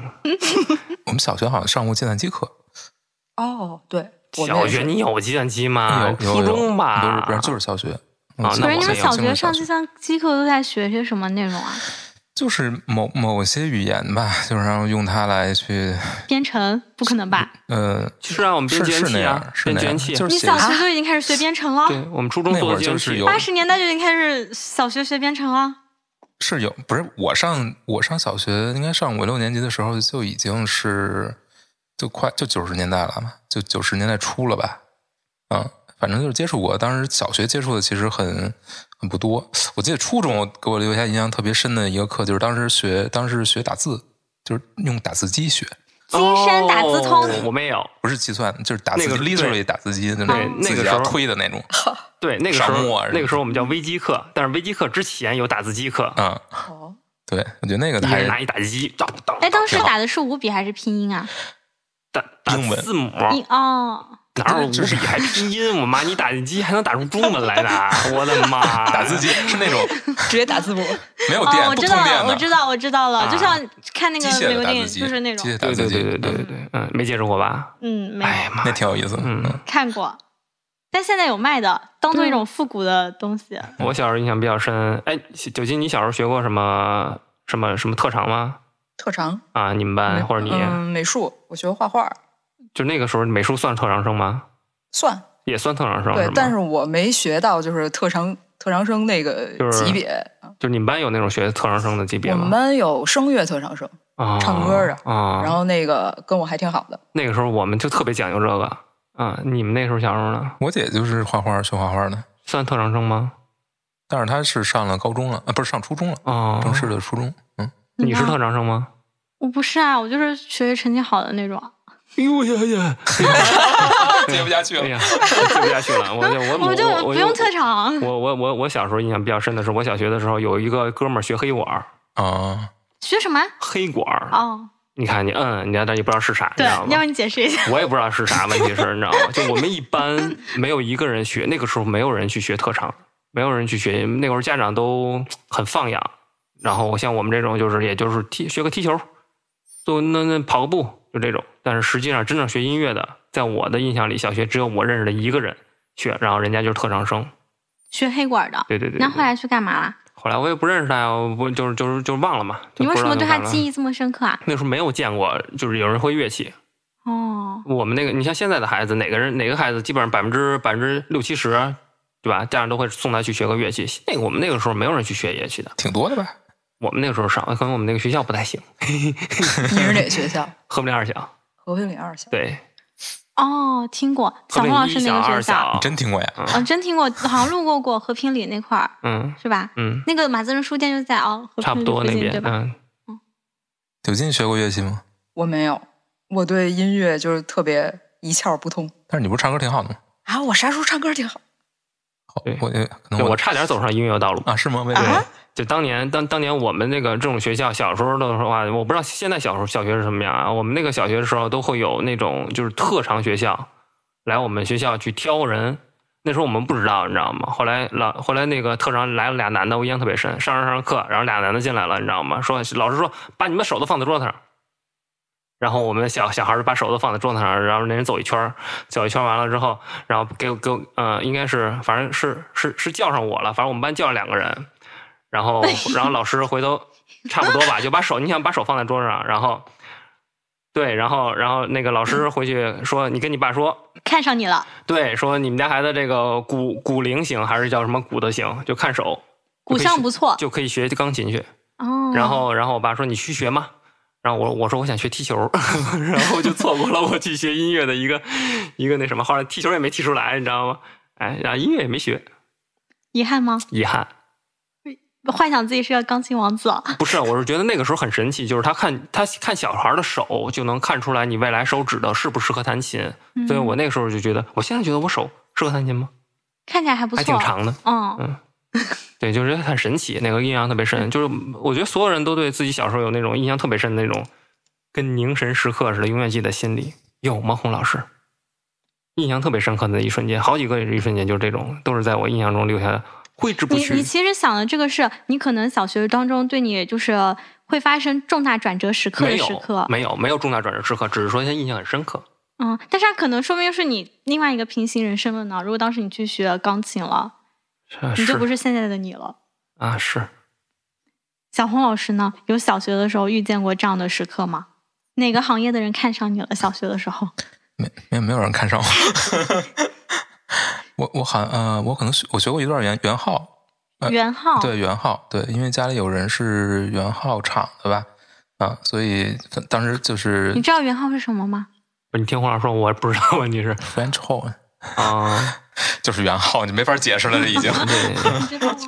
Speaker 3: 我们小学好像上过计算机课，
Speaker 5: 哦，对，我们
Speaker 4: 小
Speaker 5: 也
Speaker 4: 学
Speaker 5: 是
Speaker 4: 你有计算机吗？
Speaker 3: 有有
Speaker 4: 啊初中吧，
Speaker 3: 有不是不是就是小学。
Speaker 4: 啊
Speaker 3: 嗯
Speaker 4: 那
Speaker 2: 可
Speaker 4: 我
Speaker 2: 是你
Speaker 4: 没
Speaker 2: 们
Speaker 4: 有
Speaker 2: 小
Speaker 3: 进入
Speaker 2: 学
Speaker 3: 小
Speaker 2: 上计算机课都在学些什么内容啊？
Speaker 3: 就是某某些语言吧，就是然后用它来去
Speaker 2: 编程？不可能吧？
Speaker 3: 呃，
Speaker 4: 是啊，我们编
Speaker 3: 是
Speaker 4: 计算
Speaker 3: 是那
Speaker 4: 器啊
Speaker 3: 样，，是
Speaker 4: 编
Speaker 3: 那
Speaker 4: 计算
Speaker 3: 样，
Speaker 4: 器。
Speaker 3: 嗯就是
Speaker 2: 你
Speaker 3: 写啊
Speaker 2: 小学就已经开始学编程了？
Speaker 4: 对我们初中
Speaker 3: 那
Speaker 4: 做
Speaker 3: 会
Speaker 4: 的
Speaker 3: 儿
Speaker 4: 计算
Speaker 3: 就是
Speaker 4: 器
Speaker 3: 有
Speaker 2: 八十年代就已经开始小学学编程了？
Speaker 3: 是有，不是我上我上小学应该上五六年级的时候就已经是就快就九十年代了嘛，就九十年代初了吧，嗯，反正就是接触过。当时小学接触的其实很很不多，我记得初中给我留下印象特别深的一个课就是当时学当时学打字，就是用打字机学，
Speaker 2: 金山打字通
Speaker 4: 哦我没有。
Speaker 3: 不是计算，就是打字
Speaker 4: 那
Speaker 3: 机
Speaker 4: 个
Speaker 3: literally 打字机那
Speaker 4: 对
Speaker 3: 种
Speaker 4: 那
Speaker 3: 自
Speaker 4: 个
Speaker 3: 己
Speaker 4: 时
Speaker 3: 要
Speaker 4: 候
Speaker 3: 推的那种，
Speaker 4: 对，那个时
Speaker 3: 沙漠
Speaker 4: 候
Speaker 3: 啊
Speaker 4: 那个时候我们叫微机课，但是微机课之前有打字机课，
Speaker 3: 嗯，
Speaker 5: 哦，
Speaker 3: 对，我觉得那个
Speaker 4: 一
Speaker 3: 还
Speaker 4: 人拿一打字机，当当
Speaker 2: 哎，当时
Speaker 4: 当
Speaker 2: 打的是五笔还是拼音啊？
Speaker 4: 打打
Speaker 3: 英文
Speaker 4: 字母，
Speaker 2: 你哦，
Speaker 4: 哪有五
Speaker 3: 就是
Speaker 4: 笔还拼音？我妈，你打字机还能打出中文来呢？我的妈！
Speaker 3: 打字机是那种
Speaker 5: 直接打字母，
Speaker 3: 没有电、
Speaker 2: 哦，我
Speaker 3: 不
Speaker 2: 知
Speaker 3: 通
Speaker 2: 道
Speaker 3: 电
Speaker 2: 了，
Speaker 3: 的
Speaker 2: 我知道，我知道了，
Speaker 4: 啊
Speaker 2: 就像看那
Speaker 3: 机
Speaker 2: 个
Speaker 3: 械
Speaker 2: 美
Speaker 3: 的
Speaker 2: 国
Speaker 3: 打
Speaker 2: 电
Speaker 3: 字
Speaker 2: 影，
Speaker 3: 机，
Speaker 2: 就是那
Speaker 3: 机
Speaker 2: 种
Speaker 3: 械，打
Speaker 4: 对，
Speaker 3: 字
Speaker 4: 对
Speaker 3: 机，
Speaker 4: 对对对对对，嗯，没接触过吧？
Speaker 2: 嗯，没有、
Speaker 4: 哎呀妈
Speaker 3: 那
Speaker 4: 呀，
Speaker 3: 挺有意思的。
Speaker 4: 嗯，
Speaker 2: 看过，但现在有卖的，当做一
Speaker 3: 嗯
Speaker 2: 种复古的东西。
Speaker 4: 嗯我小时候印象比较深。哎，九金，你小时候学过什么什么什么特长吗？
Speaker 5: 特长
Speaker 4: 啊，你们班或者你，
Speaker 5: 嗯，美术，我学画画，
Speaker 4: 就那个时候美术算特长生吗？
Speaker 5: 算
Speaker 4: 也算特长生
Speaker 5: 对
Speaker 4: 吗，？
Speaker 5: 但是我没学到就是特长特长生那个
Speaker 4: 就是
Speaker 5: 级别。
Speaker 4: 就你们班有那种学特长生的级别
Speaker 5: 我
Speaker 4: 吗
Speaker 5: 们？班有声乐特长生，
Speaker 4: 啊，
Speaker 5: 唱歌的
Speaker 4: 啊，
Speaker 5: 然后那个跟我还挺好 的。
Speaker 4: 那个时候我们就特别讲究这个啊。你们那时候小时候呢，
Speaker 3: 我姐就是画画学画画的，
Speaker 4: 算特长生吗？
Speaker 3: 但是她是上了高中了，啊，不是上初中了，
Speaker 4: 哦，
Speaker 3: 正式的初中。嗯，
Speaker 4: 你是
Speaker 2: 吗
Speaker 4: 特长生吗？
Speaker 2: 我不是啊，我就是学习成绩好的那种。
Speaker 4: 哎呦呀呀！
Speaker 3: 接不下去
Speaker 4: 哎呀，记不下去了，我 就我
Speaker 2: 我就
Speaker 4: 我
Speaker 2: 不用特。长
Speaker 4: 我，我我我我小时候印象比较深的是，我小学的时候有一个哥们儿学黑管儿，
Speaker 3: 啊！
Speaker 2: 学什么？
Speaker 4: 黑管儿，
Speaker 2: 哦，
Speaker 4: 你看你嗯，你看但也不知道是啥，你
Speaker 2: 对
Speaker 4: 知道，
Speaker 2: 要不
Speaker 4: 吗？
Speaker 2: 你解释一下？
Speaker 4: 我也不知道是啥，问题是，你知道吗？就我们一班没有一个人学，那个时候没有人去学特长，没有人去学，那会儿家长都很放养，然后像我们这种就是也就是踢学个踢球，就那那跑个步就这种，但是实际上真正学音乐的，在我的印象里，小学只有我认识的一个人学，然后人家就是特长生，
Speaker 2: 学黑管的。
Speaker 4: 对对对。
Speaker 2: 那
Speaker 4: 对
Speaker 2: 后来去干嘛啦？
Speaker 4: 后来我也不认识他呀，我不就是就是就是忘了嘛。就
Speaker 2: 你为
Speaker 4: 不
Speaker 2: 什
Speaker 4: 知道
Speaker 2: 么对他
Speaker 4: 干嘛
Speaker 2: 记忆这么深刻啊？
Speaker 4: 那时候没有见过，就是有人会乐器。
Speaker 2: 哦，
Speaker 4: 我们那个，你像现在的孩子，哪个人哪个孩子，基本上百分之百分之六七十，对吧？家长都会送他去学个乐器。那个我们那个时候没有人去学乐器的，
Speaker 3: 挺多的吧？
Speaker 4: 我们那个时候上，可能我们那个学校不太行，
Speaker 5: 你是哪学校？
Speaker 4: 和平二小，
Speaker 5: 和平里二校。
Speaker 4: 对，
Speaker 2: 哦，听过小红
Speaker 4: 和平
Speaker 2: 老
Speaker 4: 一
Speaker 2: 师
Speaker 4: 小
Speaker 2: 那个学
Speaker 4: 二
Speaker 2: 校，
Speaker 4: 小，
Speaker 3: 真听过呀？
Speaker 2: 哦，真听过，好像路过过和平里那块儿，
Speaker 4: 嗯
Speaker 2: 是吧？
Speaker 4: 嗯，
Speaker 2: 那个马自仁书店就在哦，和
Speaker 4: 差不
Speaker 2: 平里
Speaker 4: 多
Speaker 2: 附
Speaker 4: 那
Speaker 2: 近
Speaker 4: 边
Speaker 2: 对，吧？
Speaker 4: 嗯，
Speaker 3: 九进学过乐器吗？
Speaker 5: 我没有，我对音乐就是特别一窍不通
Speaker 3: 但是你不是唱歌挺好的吗？
Speaker 5: 啊！我啥时候唱歌挺好？
Speaker 3: 好
Speaker 4: 对，
Speaker 3: 我可能
Speaker 4: 对我
Speaker 3: 我
Speaker 4: 差点走上音乐道路。
Speaker 3: 啊是吗？为什
Speaker 4: 对
Speaker 3: 么？，
Speaker 4: 就当年当当年我们那个这种学校，小时候的话，我不知道现在小时候小学是什么样啊。我们那个小学的时候都会有那种就是特长学校来我们学校去挑人。那时候我们不知道，你知道吗？后来老后来那个特长来了俩男的，我印象特别深。上着上着课，然后俩男的进来了，你知道吗？说老师说把你们手都放在桌子上，然后我们小小孩儿就把手都放在桌子上，然后那人走一圈儿，走一圈儿完了之后，然后给我给我，呃，应该是反正是是是叫上我了，反正我们班叫上两个人，然后然后老师回头差不多吧，就把手你想把手放在桌上，然后对，然后然后那个老师回去说你跟你爸说，
Speaker 2: 看上你了，
Speaker 4: 对，说你们家孩子这个骨骨龄型还是叫什么骨的型，就看手，
Speaker 2: 骨相不错。
Speaker 4: 就可以学钢琴去。
Speaker 2: 哦，
Speaker 4: 然后，然后我爸说你去学嘛，然后我我说我想学踢球， 然后就错过了我去学音乐的一个一个那什么，后来踢球也没踢出来，你知道吗？哎，然后音乐也没学，
Speaker 2: 遗憾吗？
Speaker 4: 遗憾。
Speaker 2: 幻想自己是个钢琴王子 啊，
Speaker 4: 不是，我是觉得那个时候很神奇，就是他看他看小孩的手就能看出来你未来手指的适不适合弹琴，
Speaker 2: 嗯
Speaker 4: 所以我那个时候就觉得，我现在觉得我手适合弹琴吗？
Speaker 2: 看起来还不错，
Speaker 4: 还挺长的。
Speaker 2: 嗯，
Speaker 4: 对，就是很神奇，那个印象特别深。就是我觉得所有人都对自己小时候有那种印象特别深的那种，跟凝神时刻似的，永远记在心里。有吗，洪老师？印象特别深刻的一瞬间，好几个一瞬间就是这种，都是在我印象中留下的，挥之不
Speaker 2: 你你
Speaker 4: 去。
Speaker 2: 其实想的这个是你可能小学当中对你就是会发生重大转折时刻
Speaker 4: 没
Speaker 2: 的时
Speaker 4: 有
Speaker 2: 刻，，
Speaker 4: 没有，没有重大转折时刻，只是说现在印象很深刻。
Speaker 2: 嗯，但是它可能说明是你另外一个平行人生了呢。如果当时你去学钢琴了，
Speaker 4: 啊
Speaker 2: 你
Speaker 4: 是
Speaker 2: 就不是现在的你了。
Speaker 4: 啊，是
Speaker 2: 小红老师呢，有小学的时候遇见过这样的时刻吗？哪个行业的人看上你了？小学的时候，
Speaker 3: 没没有没有人看上我。 我 我好像呃，我可能学我学过一段圆圆号，呃
Speaker 2: 袁浩，
Speaker 3: 对圆号，对，因为家里有人是圆号厂的吧，啊，所以当时就是
Speaker 2: 你知道袁浩是什么吗？
Speaker 4: 不是你听洪老师说，我不知道啊， 你是
Speaker 3: French Hole，
Speaker 4: 啊，
Speaker 3: 就是圆号，你没法解释了，这已 经。
Speaker 4: 对，
Speaker 2: 你知道啊吗？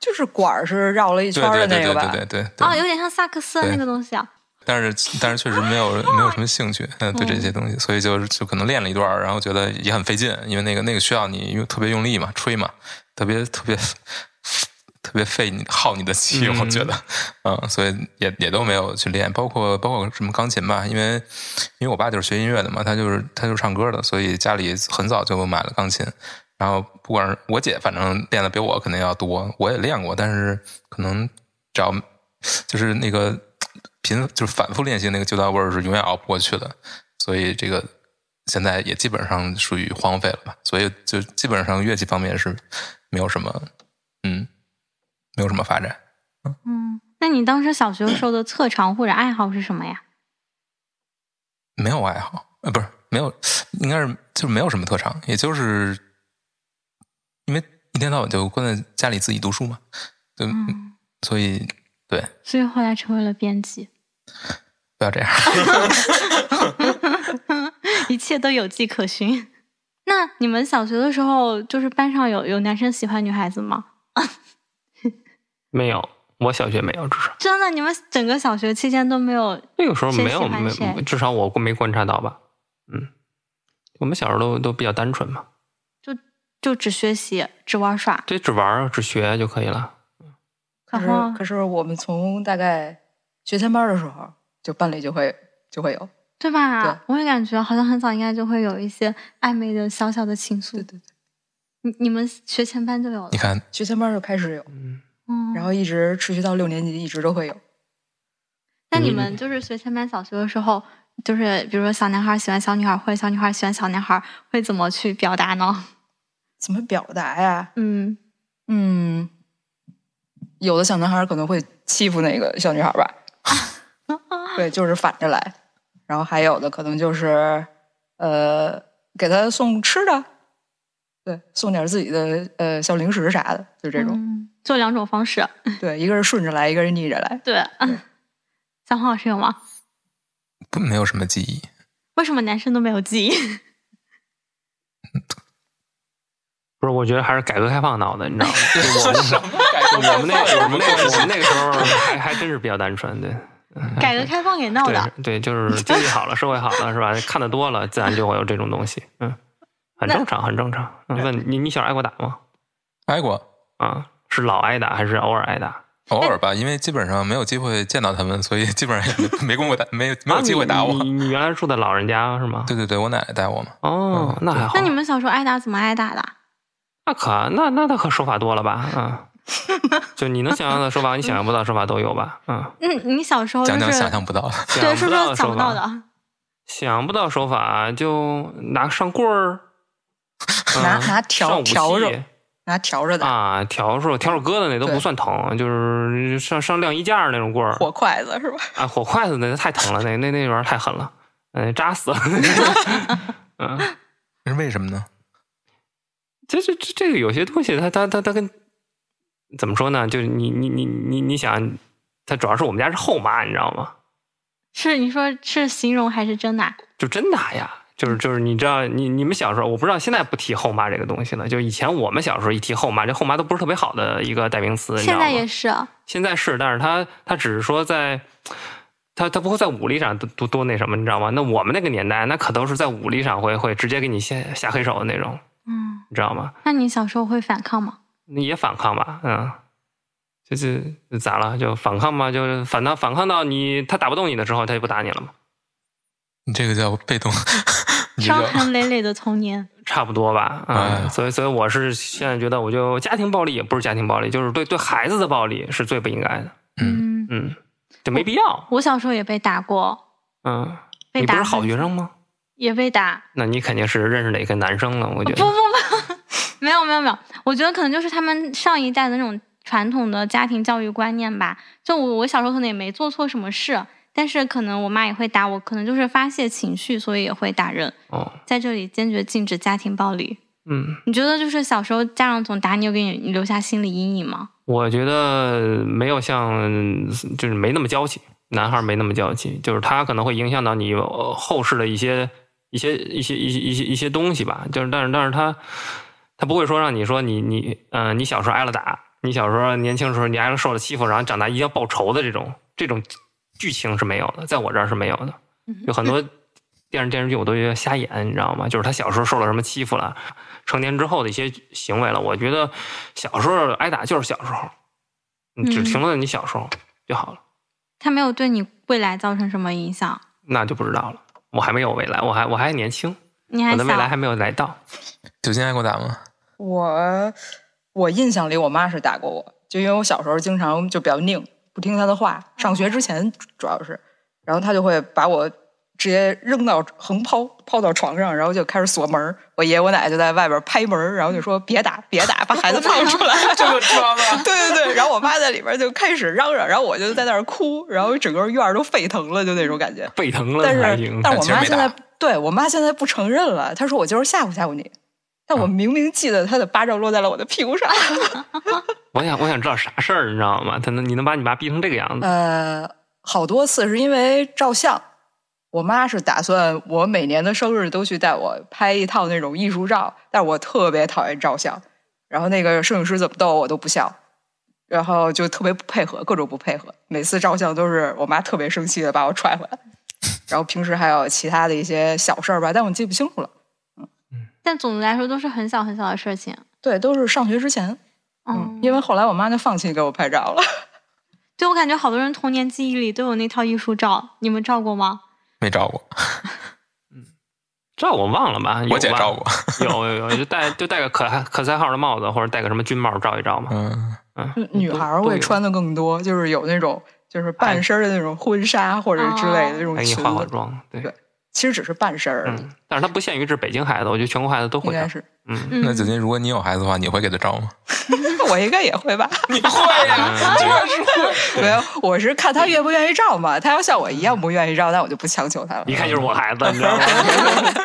Speaker 5: 就是管儿是绕了一
Speaker 3: 对
Speaker 5: 圈儿
Speaker 3: 对
Speaker 5: 的
Speaker 3: 对
Speaker 5: 那个
Speaker 3: 对
Speaker 5: 吧？啊
Speaker 3: 对对对对。
Speaker 2: 哦，有点像萨克斯的那个东西啊。
Speaker 3: 但是但是确实没有没有什么兴趣，嗯，对这些东西，所以就就可能练了一段儿，然后觉得也很费劲，因为那个那个需要你用特别用力嘛，吹嘛，特别特别特别费你耗你的气，
Speaker 4: 嗯
Speaker 3: 我觉得，嗯，所以也也都没有去练，包括包括什么钢琴吧，因为因为我爸就是学音乐的嘛，他就是他就是唱歌的，所以家里很早就买了钢琴。然后不管是我姐，反正练的比我肯定要多，我也练过，但是可能只要就是那个频就是反复练习那个旧道味儿是永远熬不过去的，所以这个现在也基本上属于荒废了吧。所以就基本上乐器方面是没有什么，嗯，没有什么发展。
Speaker 2: 嗯，那你当时小学的时候的特长或者爱好是什么呀？
Speaker 3: 没有爱好，呃，不是没有，应该是就是没有什么特长，也就是因为一天到晚就关在家里自己读书嘛，对，
Speaker 2: 嗯，
Speaker 3: 所以对，
Speaker 2: 所以后来成为了编辑，
Speaker 3: 不要这样。
Speaker 2: 一切都有迹可循。 那你们小学的时候，就是班上有有男生喜欢女孩子吗？
Speaker 4: 没有，我小学没有，至少。
Speaker 2: 真的，你们整个小学期间都没有
Speaker 4: 那个时候没有
Speaker 2: 谁喜欢谁
Speaker 4: 没，至少我没观察到吧。嗯，我们小时候都都比较单纯嘛，
Speaker 2: 就只学习只玩耍，
Speaker 4: 对，只玩儿只学就可以了。
Speaker 5: 可是
Speaker 2: 然后
Speaker 5: 可是我们从大概学前班的时候，就班里就会就会有，
Speaker 2: 对吧？
Speaker 5: 对
Speaker 2: 我也感觉好像很早应该就会有一些暧昧的小小的情愫
Speaker 5: 对。对对，
Speaker 2: 你你们学前班就有了
Speaker 3: 你，看，
Speaker 5: 学前班就开始有，
Speaker 4: 嗯，
Speaker 2: 嗯、
Speaker 5: 然后一直持续到六年级，一直都会有。
Speaker 2: 那你
Speaker 4: 嗯
Speaker 2: 们就是学前班小学的时候，就是比如说小男孩喜欢小女孩，或者小女孩喜欢小男孩，会怎么去表达呢？
Speaker 5: 怎么表达呀？
Speaker 2: 嗯，
Speaker 5: 嗯，有的小男孩可能会欺负那个小女孩吧，对，就是反着来。然后还有的可能就是，呃，给他送吃的，对，送点自己的呃小零食啥的，就这种。
Speaker 2: 嗯就两种方式。
Speaker 5: 对，一个是顺着来，一个是逆着来。
Speaker 2: 对，嗯， 小黄老师有吗？
Speaker 3: 不没有什么记忆，
Speaker 2: 为什么男生都没有记忆？
Speaker 4: 不是，我觉得还是改革开放闹 的，你知道吗？就我们我们那我 们那我们那个时候还还真是比较单纯，对。
Speaker 2: 改革开放给闹的。
Speaker 4: 对对，就是经济好了，社会好了，是吧？看得多了，自然就会有这种东西，嗯，很正常，很正常。嗯问你，你小时候挨过打吗？
Speaker 3: 挨过
Speaker 4: 啊，是老挨打还是偶尔挨打？
Speaker 3: 偶尔吧，因为基本上没有机会见到他们，所以基本上也没 没工夫打，没有没有
Speaker 4: 啊
Speaker 3: 机会打我
Speaker 4: 你。你你原来住在老人家是吗？
Speaker 3: 对嗯对对，我奶奶带我嘛，
Speaker 4: 哦，那还好。
Speaker 2: 那你们小时候挨打怎么挨打的？
Speaker 4: 那可那那他可手法多了吧？ 啊，就你能想象的手法，你想象不到的手法都有吧？嗯，
Speaker 2: 嗯，你小时候就
Speaker 3: 讲
Speaker 2: 是
Speaker 3: 讲想象不到了。
Speaker 2: 对，是不是
Speaker 4: 不到
Speaker 2: 想
Speaker 4: 的手
Speaker 2: 不到
Speaker 4: 法，
Speaker 2: 的？
Speaker 4: 想不到手法就拿上棍儿，
Speaker 5: 拿
Speaker 4: 嗯
Speaker 5: 拿笤
Speaker 4: 上武
Speaker 5: 笤帚
Speaker 4: 器
Speaker 5: 拿笤帚的、
Speaker 4: 啊，笤帚、笤帚疙瘩那都
Speaker 5: 对
Speaker 4: 不算疼，就是上上晾衣架儿那种棍儿
Speaker 5: 火筷子是吧？
Speaker 4: 啊，火筷子那太疼了，那那那玩意儿太狠了，嗯、扎死了。 嗯，
Speaker 3: 是为什么呢？
Speaker 4: 这这这这个有些东西它，它它它跟怎么说呢？就是你你你你你想，它主要是我们家是后妈，你知道吗？
Speaker 2: 是你说是形容还是真的啊？
Speaker 4: 就真打呀，就是就是你知道你你们小时候，我不知道现在不提后妈这个东西了，就以前我们小时候一提后妈，这后妈都不是特别好的一个代名词，你知道
Speaker 2: 现
Speaker 4: 吗？
Speaker 2: 在也是啊，
Speaker 4: 现在是，但是他他只是说在，他他不会在武力上多多多那什么，你知道吗？那我们那个年代，那可都是在武力上会会直接给你下下黑手的那种，
Speaker 2: 嗯，
Speaker 4: 你知道吗？
Speaker 2: 那你小时候会反抗吗？
Speaker 4: 你也反抗吧，嗯，就是咋了？就反抗嘛，就是反抗反抗到你他打不动你的时候，他就不打你了嘛，
Speaker 3: 你这个叫被动，你这
Speaker 2: 伤
Speaker 3: 叫
Speaker 2: 痕累累的童年，
Speaker 4: 差不多吧，嗯，
Speaker 3: 哎呀
Speaker 4: 所以所以我是现在觉得，我就家庭暴力也不是家庭暴力，就是对对孩子的暴力是最不应该的，
Speaker 3: 嗯，
Speaker 2: 嗯，
Speaker 4: 嗯，就没必要，
Speaker 2: 我小时候也被打过，
Speaker 4: 嗯，
Speaker 2: 被
Speaker 4: 你不
Speaker 2: 打
Speaker 4: 是好
Speaker 2: 很
Speaker 4: 学生吗？
Speaker 2: 也被打，
Speaker 4: 那你肯定是认识哪个男生了，我觉
Speaker 2: 不
Speaker 4: 得。
Speaker 2: 不不，没有没有没有，我觉得可能就是他们上一代的那种传统的家庭教育观念吧。就我我小时候可能也没做错什么事，但是可能我妈也会打我，可能就是发泄情绪，所以也会打人。
Speaker 4: 哦，
Speaker 2: 在这里坚决禁止家庭暴力。
Speaker 4: 嗯，
Speaker 2: 你觉得就是小时候家长总打你，有给你留下心理阴影吗？
Speaker 4: 我觉得没有像就是没那么娇气，男孩没那么娇气，就是他可能会影响到你呃后世的一些一些一些一些一些一些东西吧。就是但是但是他他不会说让你说你你嗯、你小时候挨了打，你小时候年轻时候你挨了受了欺负，然后长大一定要报仇的这种这种剧情是没有的，在我这儿是没有的。有很多电视电视剧我都觉得瞎演，你知道吗？就是他小时候受了什么欺负了，成年之后的一些行为了。我觉得小时候挨打就是小时候，你只
Speaker 2: 嗯
Speaker 4: 停留在你小时候就好了，
Speaker 2: 他没有对你未来造成什么影响？
Speaker 4: 那就不知道了。我还没有未来，我还我还年轻，
Speaker 2: 你还
Speaker 4: 我的未来
Speaker 2: 小，
Speaker 4: 还没有来到。
Speaker 3: 酒精挨过打吗？
Speaker 5: 我我印象里，我妈是打过我，就因为我小时候经常就比较拧，不听她的话。
Speaker 4: 嗯
Speaker 5: 上学之前主要是，然后她就会把我直接扔到横抛，抛到床上，然后就开始锁门儿。我爷我奶就在外边拍门儿，然后就说别打别打，把孩子放出来。
Speaker 4: 这么装啊吗？
Speaker 5: 对对对，然后我妈在里边就开始嚷嚷，然后我就在那儿哭，然后整个院儿都沸腾了，就那种感觉。
Speaker 4: 沸腾了
Speaker 5: 但
Speaker 4: 还
Speaker 5: 是
Speaker 4: 行，
Speaker 5: 但是我
Speaker 3: 其实
Speaker 5: 妈
Speaker 3: 没
Speaker 5: 现在
Speaker 3: 打
Speaker 5: 对我妈现在不承认了，她说我就是吓唬吓唬你，但我明明记得她的巴掌落在了我的屁股上。
Speaker 4: 我想我想知道啥事儿，你知道吗？他能你能把你妈逼成这个样子？
Speaker 5: 呃，好多次是因为照相，我妈是打算我每年的生日都去带我拍一套那种艺术照，但是我特别讨厌照相，然后那个摄影师怎么逗我我都不笑，然后就特别不配合，各种不配合，每次照相都是我妈特别生气的把我踹回来，然后平时还有其他的一些小事儿吧，但我记不清楚了，
Speaker 2: 但总的来说都是很小很小的事情。
Speaker 5: 对，都是上学之前，嗯
Speaker 2: 嗯，，
Speaker 5: 因为后来我妈就放弃给我拍照了。
Speaker 2: 对我感觉好多人童年记忆里都有那套艺术照，你们照过吗？
Speaker 3: 没照过，
Speaker 4: 这我忘了吧？有
Speaker 3: 我姐
Speaker 4: 吧
Speaker 3: 照过。
Speaker 4: 有有有，就戴就戴个可可赛号的帽子，或者戴个什么军帽罩一罩嘛。
Speaker 3: 嗯，
Speaker 4: 嗯，
Speaker 5: 女孩儿
Speaker 4: 都
Speaker 5: 会
Speaker 4: 有
Speaker 5: 穿的更多，就是有那种就是
Speaker 2: 哎
Speaker 5: 半身儿的那种婚纱或者之类
Speaker 2: 哦
Speaker 5: 的那种
Speaker 4: 还给哎你
Speaker 5: 裙
Speaker 4: 化化
Speaker 5: 子，
Speaker 4: 妆，对，
Speaker 5: 对其实只是半身儿而已，
Speaker 4: 嗯，但是它不限于是北京孩子，我觉得全国孩子都
Speaker 5: 应
Speaker 4: 会
Speaker 5: 该
Speaker 4: 的，
Speaker 5: 是
Speaker 4: 嗯，
Speaker 2: 嗯，
Speaker 3: 那酒精，如果你有孩子的话，你会给他照吗？
Speaker 5: 我应该也会吧？
Speaker 3: 你会
Speaker 4: 呀这
Speaker 3: 然是会。
Speaker 5: 没有，我是看她愿不愿意照嘛。她要像我一样不愿意照，那我就不强求她了
Speaker 4: 一。看就是我孩子，你知道吗？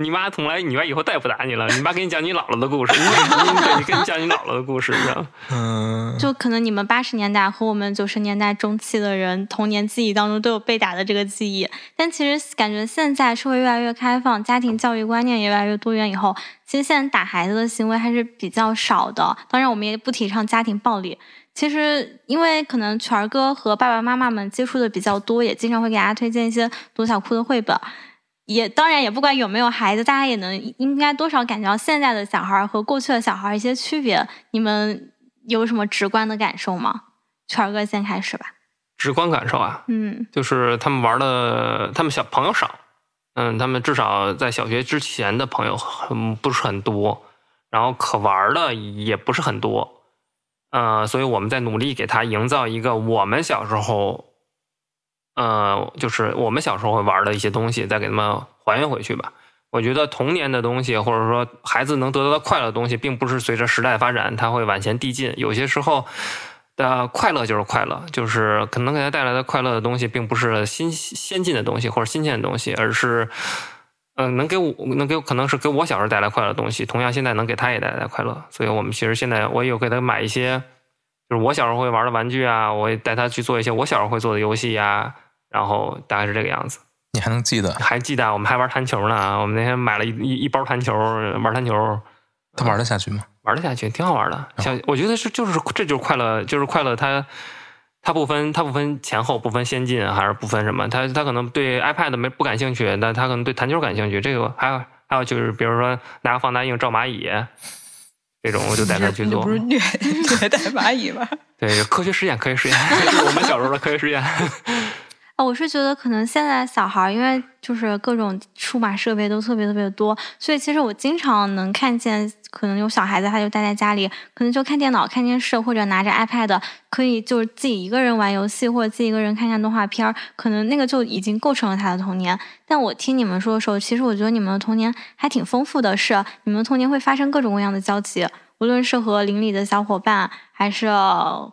Speaker 4: 你妈从来，你妈以后再也不打你了。你妈给你讲你姥姥的故事，你你对，你给你讲你姥姥的故事，你知道吗？
Speaker 3: 嗯，
Speaker 2: 就可能你们八十年代和我们九十年代中期的人童年记忆当中都有被打的这个记忆，但其实感觉现在社会越来越开放，家庭教育观念也越来越多元以后，其实现在打孩子的行为还是比较少的。当然，我们也不提倡家庭暴力。其实，因为可能权儿哥和爸爸妈妈们接触的比较多，也经常会给大家推荐一些读小哭的绘本。也当然也不管有没有孩子，大家也能应该多少感觉到现在的小孩儿和过去的小孩儿一些区别。你们有什么直观的感受吗？圈儿哥先开始吧。
Speaker 4: 直观感受啊，
Speaker 2: 嗯
Speaker 4: 就是他们玩的，他们小朋友少，嗯，他们至少在小学之前的朋友很不是很多，然后可玩的也不是很多，呃，所以我们在努力给他营造一个我们小时候，呃，就是我们小时候会玩的一些东西，再给他们还原回去吧。我觉得童年的东西，或者说孩子能得到的快乐的东西，并不是随着时代发展，它会往前递进。有些时候的快乐就是快乐，就是可能给他带来的快乐的东西，并不是新先进的东西或者新鲜的东西，而是。嗯，能给我能给我可能是给我小时候带来快乐的东西，同样现在能给他也带来快乐，所以我们其实现在我也有给他买一些，就是我小时候会玩的玩具啊，我也带他去做一些我小时候会做的游戏呀、然后大概是这个样子。
Speaker 3: 你还能记得
Speaker 4: 还记得我们还玩弹球呢，我们那天买了一一一包弹球玩弹球，
Speaker 3: 他玩得下去吗？
Speaker 4: 玩得下去，挺好玩的。像我觉得是就是这就是快乐，就是快乐它。它不分，它不分前后，不分先进还是不分什么，它它可能对 iPad 没不感兴趣，但它可能对弹球感兴趣。这个还有还有就是，比如说拿个放大镜照蚂蚁这种，我就带他去
Speaker 5: 你
Speaker 4: 做
Speaker 5: 不。是虐虐待蚂蚁吗？
Speaker 4: 对，有科学实验，科学 实验，这是我们小时候的科学实验。
Speaker 2: 啊，我是觉得可能现在小孩儿，因为就是各种数码设备都特别特别多，所以其实我经常能看见，可能有小孩子他就待在家里，可能就看电脑、看电视，或者拿着 iPad，可以就是自己一个人玩游戏，或者自己一个人看看动画片儿，可能那个就已经构成了他的童年。但我听你们说的时候，其实我觉得你们的童年还挺丰富的是，你们的童年会发生各种各样的交集，无论是和邻里的小伙伴，还是呃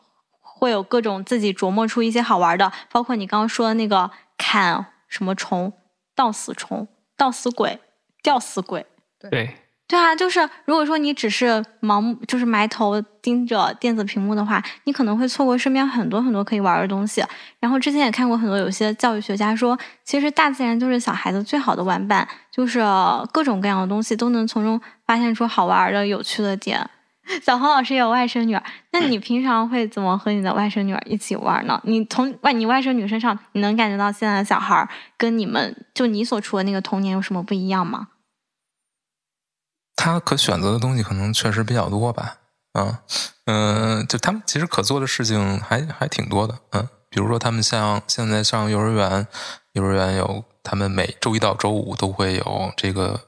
Speaker 2: 会有各种自己琢磨出一些好玩的，包括你刚刚说的那个砍什么虫、吊死虫、吊死鬼、吊死鬼。
Speaker 4: 对，
Speaker 2: 对啊，就是如果说你只是盲目，就是埋头盯着电子屏幕的话，你可能会错过身边很多很多可以玩的东西。然后之前也看过很多有些教育学家说，其实大自然就是小孩子最好的玩伴，就是各种各样的东西都能从中发现出好玩的、有趣的点。 小红老师也有外甥女儿，那你平常会怎么和你的外甥女儿一起玩呢？你从外你外甥女身上，你能感觉到现在的小孩儿跟你们就你所处的那个童年有什么不一样吗？
Speaker 3: 他可选择的东西可能确实比较多吧，啊，嗯、就他们其实可做的事情还还挺多的，嗯，比如说他们像现在上幼儿园，幼儿园有他们每周一到周五都会有这个，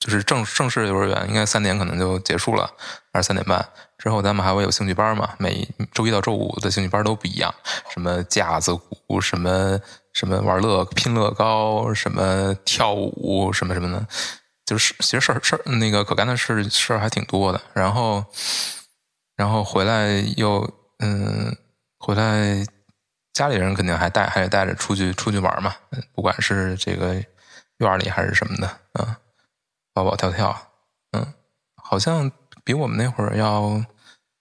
Speaker 3: 就是正正式的幼儿园应该三点可能就结束了，还是三点半之后，他们还会有兴趣班嘛，每周一到周五的兴趣班都不一样，什么架子鼓，什么什么玩乐拼乐高，什么跳舞，什么什么的，就是其实事儿事儿那个可干的事事儿还挺多的，然后然后回来又嗯回来家里人肯定还带还得带着出去出去玩嘛，嗯不管是这个院儿里还是什么的，嗯，跑跑跳跳，嗯，好像比我们那会儿要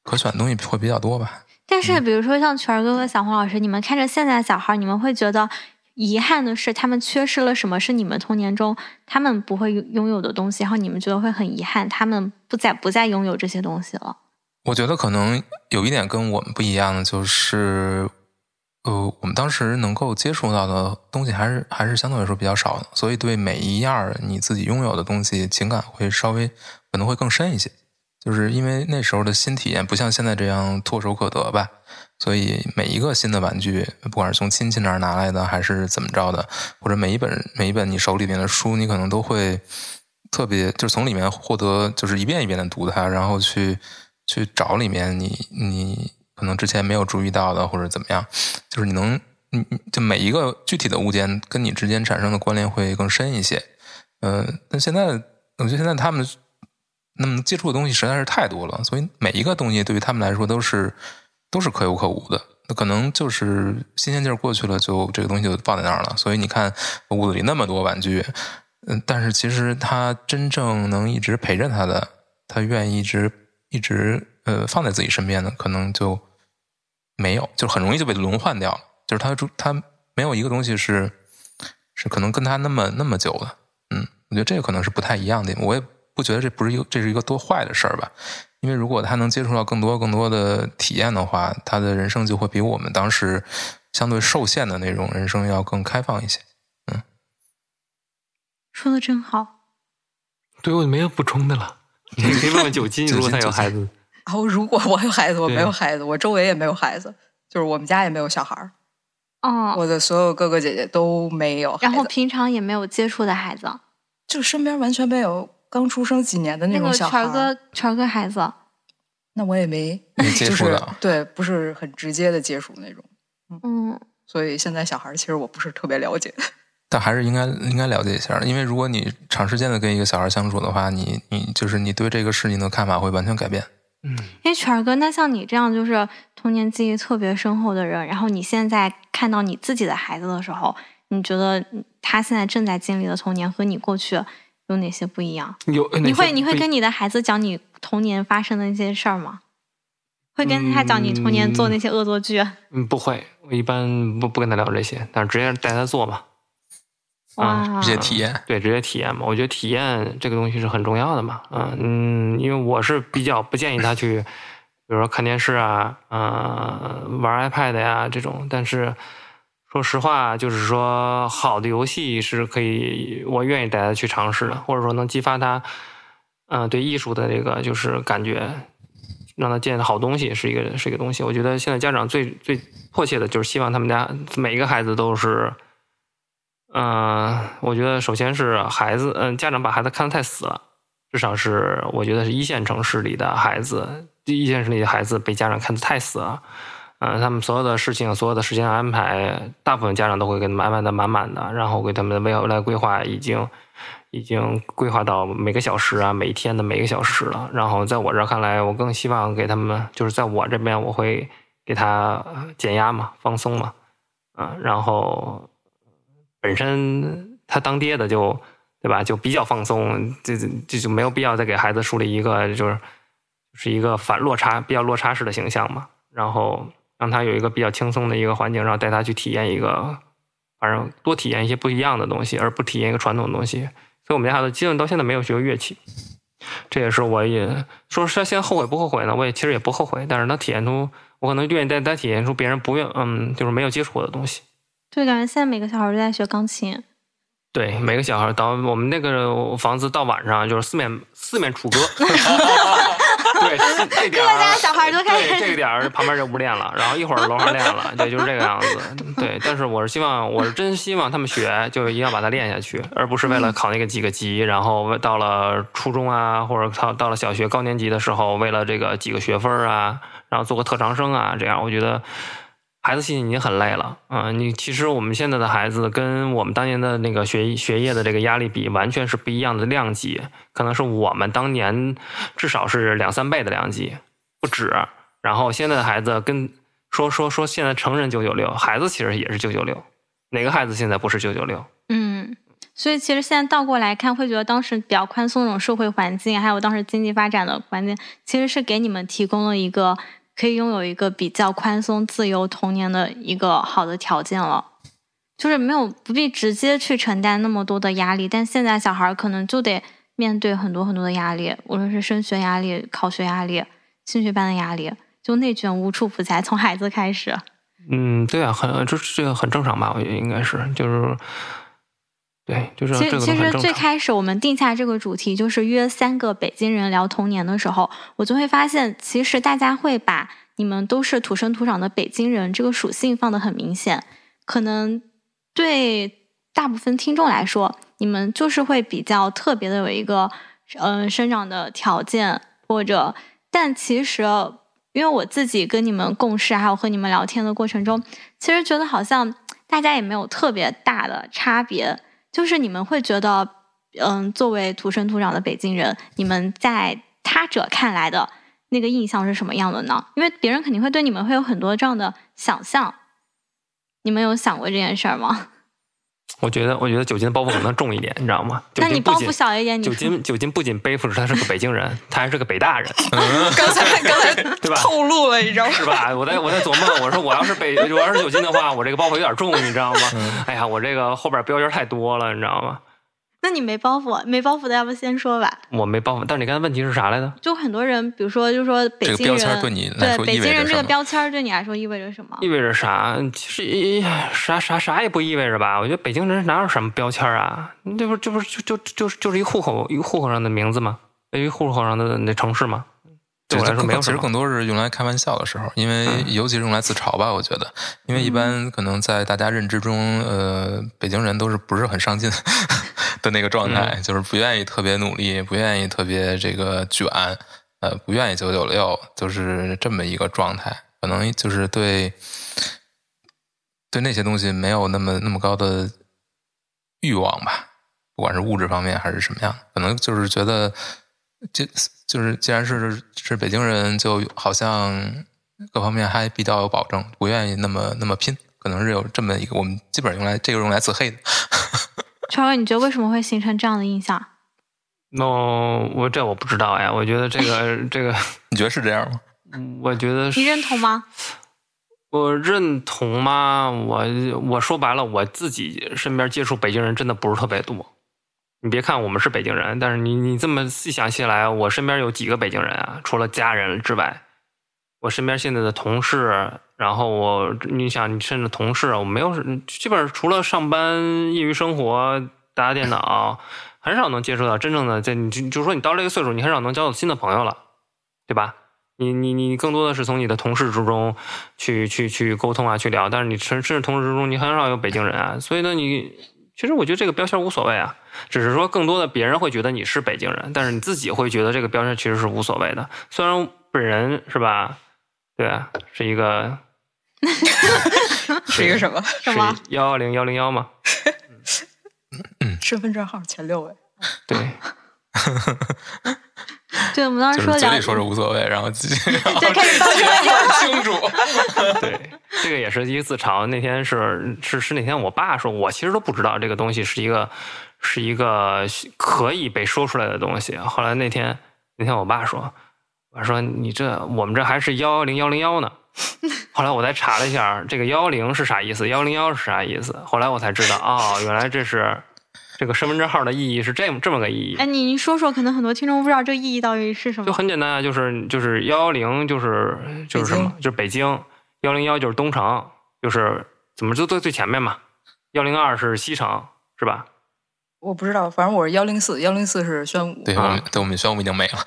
Speaker 3: 可选的东西会比较多吧，
Speaker 2: 但是，
Speaker 5: 嗯
Speaker 2: 比如说像全儿哥和小黄老师，你们看着现在的小孩儿，你们会觉得遗憾的是，他们缺失了什么是你们童年中他们不会拥拥有的东西，然后你们觉得会很遗憾，他们不再不再拥有这些东西了。
Speaker 3: 我觉得可能有一点跟我们不一样的就是，呃，我们当时能够接触到的东西还是还是相对来说比较少的，所以对每一样儿你自己拥有的东西，情感会稍微可能会更深一些。就是因为那时候的新体验不像现在这样唾手可得吧，所以每一个新的玩具，不管是从亲戚那儿拿来的，还是怎么着的，或者每一本每一本你手里边的书，你可能都会特别，就是从里面获得，就是一遍一遍的读它，然后去去找里面你你可能之前没有注意到的，或者怎么样，就是你能，你你就每一个具体的物件跟你之间产生的关联会更深一些。嗯、但现在我觉得现在他们那么接触的东西实在是太多了，所以每一个东西对于他们来说都是都是可有可无的。那可能就是新鲜劲儿过去了，就这个东西就放在那儿了。所以你看屋子里那么多玩具，嗯，但是其实他真正能一直陪着他的，他愿意一直一直呃放在自己身边的，可能就没有，就很容易就被轮换掉了。就是他主他没有一个东西是是可能跟他那么那么久的，嗯，我觉得这个可能是不太一样的。我也不觉得这不是一个这是一个多坏的事儿吧，因为如果他能接触到更多更多的体验的话，他的人生就会比我们当时相对受限的那种人生要更开放一些。
Speaker 2: 说的真好，
Speaker 4: 对我没有补充的了，你可以问问 九金，
Speaker 3: 九金
Speaker 4: 如果他
Speaker 3: 九
Speaker 4: 有
Speaker 3: 金
Speaker 4: 孩子，
Speaker 5: 然后如果我有孩子，我
Speaker 4: 对
Speaker 5: 没有孩子，我周围也没有孩子，就是我们家也没有小孩儿，
Speaker 2: 哦，
Speaker 5: 我的所有哥哥姐姐都没有孩
Speaker 2: 然
Speaker 5: 子，
Speaker 2: 后平常也没有接触的孩子，
Speaker 5: 就身边完全没有刚出生几年的
Speaker 2: 那
Speaker 5: 种
Speaker 2: 个
Speaker 5: 小
Speaker 2: 全
Speaker 5: 孩
Speaker 2: 儿
Speaker 5: 儿。
Speaker 2: 哥全儿哥孩子，
Speaker 5: 那我也没
Speaker 3: 没接触
Speaker 5: 就是
Speaker 3: 到
Speaker 5: 对，不是很直接的接触那种，
Speaker 2: 嗯，
Speaker 5: 所以现在小孩儿其实我不是特别了解。
Speaker 3: 但还是应该应该了解一下，因为如果你长时间的跟一个小孩相处的话，你你就是你对这个事情的看法会完全改变。
Speaker 4: 嗯，
Speaker 2: 哎，全儿哥，那像你这样就是童年记忆特别深厚的人，然后你现在看到你自己的孩子的时候，你觉得他现在正在经历的童年和你过去有哪些不一样？
Speaker 4: 有
Speaker 2: 你会你会
Speaker 4: 跟
Speaker 2: 跟你的孩子讲你童年发生的那些事儿吗？会跟他讲你童年做那些恶作剧？
Speaker 4: 嗯不会，我一般不不跟他聊这些，但是直接带他做嘛。啊
Speaker 2: 哇，
Speaker 3: 这些体验，
Speaker 4: 对，直接体验嘛。我觉得体验这个东西是很重要的嘛。嗯嗯，因为我是比较不建议他去，比如说看电视啊，呃，玩 iPad 呀、这种。但是说实话，就是说好的游戏是可以，我愿意带他去尝试的，或者说能激发他，嗯、对艺术的这个就是感觉。让他见好东西是一个是一个东西，我觉得现在家长最最迫切的就是希望他们家每一个孩子都是嗯，我觉得首先是孩子，嗯，家长把孩子看得太死了，至少是我觉得是一线城市里的孩子，一线城市里的孩子被家长看得太死了。嗯，他们所有的事情、所有的时间安排，大部分家长都会给他们安排的满满的，然后给他们的未来规划已经已经规划到每个小时啊、每一天的每个小时了。然后在我这儿看来，我更希望给他们，就是在我这边，我会给他呃减压嘛、放松嘛，啊，然后本身他当爹的就对吧，就比较放松，这这这就没有必要再给孩子树立一个就是就是一个反落差比较落差式的形象嘛，然后让他有一个比较轻松的一个环境，然后带他去体验一个，反正多体验一些不一样的东西，而不体验一个传统的东西。所以我们家孩子基本到现在没有学过乐器，这也是我也说是现在后悔不后悔呢？我也其实也不后悔，但是能体验出我可能愿意带他体验出别人不愿嗯就是没有接触过的东西。
Speaker 2: 对，感觉现在每个小孩都在学钢琴。
Speaker 4: 对，每个小孩儿到我们那个房子到晚上就是四面四面 楚歌，对，是这点
Speaker 2: 各家
Speaker 4: 儿
Speaker 2: 小孩儿都开始
Speaker 4: 对这个点儿旁边就不练了，然后一会儿楼上练了，对，就是这个样子。对，但是我是希望，我是真希望他们学，就一定要把它练下去，而不是为了
Speaker 2: 嗯
Speaker 4: 考那个几个级，然后到了初中啊，或者到到了小学高年级的时候，为了这个几个学分儿啊，然后做个特长生啊，这样我觉得。孩子心情已经很累了，啊、你其实我们现在的孩子跟我们当年的那个学学业的这个压力比，完全是不一样的量级，可能是我们当年至少是两三倍的量级，不止。然后现在的孩子跟说说说现在成人九九六，孩子其实也是九九六，哪个孩子现在不是九九六？
Speaker 2: 嗯，所以其实现在倒过来看，会觉得当时比较宽松那种社会环境，还有当时经济发展的环境，其实是给你们提供了一个可以拥有一个比较宽松、自由童年的一个好的条件了。就是没有不必直接去承担那么多的压力，但现在小孩儿可能就得面对很多很多的压力，无论是升学压力、考学压力、兴趣班的压力，就内卷无处不在，从孩子开始。
Speaker 4: 嗯，对啊，很这这个很正常吧？我觉得应该是，就是对，就是
Speaker 2: 其实，
Speaker 4: 这个
Speaker 2: 其
Speaker 4: 很
Speaker 2: 实
Speaker 4: 正
Speaker 2: 最
Speaker 4: 常。
Speaker 2: 开始我们定下这个主题，就是约三个北京人聊童年的时候，我就会发现，其实大家会把你们都是土生土长的北京人这个属性放得很明显。可能对大部分听众来说，你们就是会比较特别的有一个嗯、呃生长的条件，或者但其实因为我自己跟你们共事，还有和你们聊天的过程中，其实觉得好像大家也没有特别大的差别，就是你们会觉得，嗯，作为土生土长的北京人，你们在他者看来的那个印象是什么样的呢？因为别人肯定会对你们会有很多这样的想象，你们有想过这件事儿吗？
Speaker 4: 我觉得，我觉得酒精的包袱可能重一点，你知道吗？酒
Speaker 2: 那你
Speaker 4: 精
Speaker 2: 包
Speaker 4: 不
Speaker 2: 袱
Speaker 4: 仅
Speaker 2: 小一点，你
Speaker 4: 酒
Speaker 2: 说
Speaker 4: 精酒精不仅背负着他是个北京人，他还是个北大人，
Speaker 5: 刚才刚才
Speaker 4: 对吧
Speaker 5: 透露了，你知道吗？
Speaker 4: 是吧？我在我在琢磨，我说我要是北，我要是酒精的话，我这个包袱有点重，你知道吗？哎呀，我这个后边标签太多了，你知道吗？
Speaker 2: 那你没包袱，没包袱的，要不先说吧。
Speaker 4: 我没包袱，但是你刚才问题是啥来着？
Speaker 2: 就很多人，比如说，就说北
Speaker 3: 这个
Speaker 2: 京人
Speaker 3: 标签儿对你来说
Speaker 2: 北
Speaker 3: 意
Speaker 2: 京
Speaker 3: 味着
Speaker 2: 人这
Speaker 3: 什
Speaker 2: 个
Speaker 3: 么
Speaker 2: 标签儿对你来说意味着什么？
Speaker 4: 意味着啥？其实意啥啥啥也不意味着吧。我觉得北京人哪有什么标签啊？这不这不就就就是就是一户口一户口上的名字吗？一户口上的那城市吗？对我来
Speaker 3: 这
Speaker 4: 说没有
Speaker 3: 其
Speaker 4: 什
Speaker 3: 实
Speaker 4: 么嗯
Speaker 3: 更多是用来开玩笑的时候，因为尤其是用来自嘲吧，我觉得，因为一般可能在大家认知中，呃，北京人都是不是很上进的那个状态，
Speaker 4: 嗯
Speaker 3: 就是不愿意特别努力，不愿意特别这个卷，呃，不愿意九九六，就是这么一个状态，可能就是对对那些东西没有那么那么高的欲望吧，不管是物质方面还是什么样，可能就是觉得，这就是既然是是北京人，就好像各方面还比较有保证，不愿意那么那么拼，可能是有这么一个，我们基本上用来这个用来自黑的。
Speaker 2: 超哥，你觉得为什么会形成这样的印象？
Speaker 4: 那我这我不知道呀，我觉得这个这个，嗯
Speaker 3: 你觉得是这样吗？
Speaker 4: 我觉得是
Speaker 2: 你认同吗？
Speaker 4: 我认同吗？我我说白了，我自己身边接触北京人真的不是特别多。你别看我们是北京人，但是你你这么细想起来，我身边有几个北京人啊？除了家人之外，我身边现在的同事，然后我你想，你甚至同事，我没有基本上除了上班、业余生活、打打电脑， 很少能接触到真正的在你就就说你到这个岁数，你很少能交到新的朋友了，对吧？你你你更多的是从你的同事之中去去去沟通啊，去聊。但是你甚甚至同事之中，你很少有北京人啊，所以呢，你其实我觉得这个标签无所谓啊，只是说更多的别人会觉得你是北京人，但是你自己会觉得这个标签其实是无所谓的。虽然本人是吧，对啊，是一个
Speaker 5: 是一个什么？
Speaker 2: 什么
Speaker 4: 是幺幺零幺零幺嘛，
Speaker 3: 嗯
Speaker 5: 身份证号前六位。
Speaker 4: 对，
Speaker 2: 对，我们当
Speaker 3: 就
Speaker 2: 时说
Speaker 3: 是嘴
Speaker 2: 聊
Speaker 3: 里，说着无所谓，然后自己然 后
Speaker 2: 对，开始到处
Speaker 3: 很清楚。
Speaker 4: 对，这个也是一个自嘲。那天是是是那天我爸说，我其实都不知道这个东西是一个是一个可以被说出来的东西。后来那天那天我爸说，我说你这我们这还是幺幺零幺零幺呢。后来我才查了一下，这个幺幺零是啥意思，幺零幺是啥意思。后来我才知道，哦，原来这是这个身份证号的意义是这么这么个意义。
Speaker 2: 哎，你你说说，可能很多听众不知道这个意义到底是什
Speaker 4: 就
Speaker 2: 么。
Speaker 4: 很简单啊，就是就是幺幺零，就是就是什么，就是北京幺零幺就是东城，就是怎么就最最前面嘛，幺零二是西城，是吧？
Speaker 5: 我不知道，反正我是幺零四，幺零四是宣武。
Speaker 3: 对，我们对我们宣武已经没了。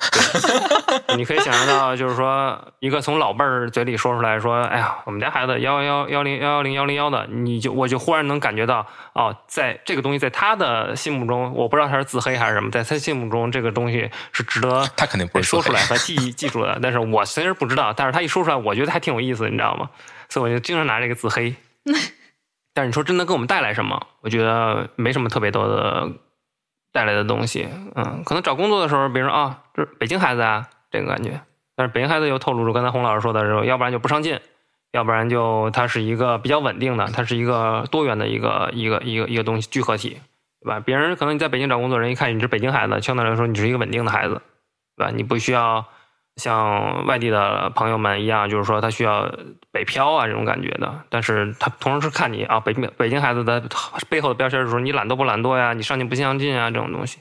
Speaker 4: 你可以想象到，就是说一个从老辈儿嘴里说出来说，哎呀，我们家孩子幺幺幺零幺幺零幺零幺的，你就我就忽然能感觉到，哦，在这个东西在他的心目中，我不知道他是自黑还是什么，在他心目中这个东西是值得
Speaker 3: 他肯定不是
Speaker 4: 说
Speaker 3: 自
Speaker 4: 出
Speaker 3: 黑
Speaker 4: 来和记忆记住的，但是我虽然不知道，但是他一说出来，我觉得还挺有意思，你知道吗？所以我就经常拿这个自黑。但是你说真的给我们带来什么？我觉得没什么特别多的带来的东西。嗯，可能找工作的时候，比如说啊，这是北京孩子啊，这个感觉。但是北京孩子又透露出刚才洪老师说的时候，要不然就不上进，要不然就它是一个比较稳定的，它是一个多元的一个一个一个一个东西聚合体，对吧？别人可能你在北京找工作，人一看你是北京孩子，相对来说你是一个稳定的孩子，对吧？你不需要像外地的朋友们一样，就是说他需要北漂啊这种感觉的。但是他同时是看你啊，北京北京孩子的背后的标签是说你懒惰不懒惰呀，你上进不上进啊这种东西。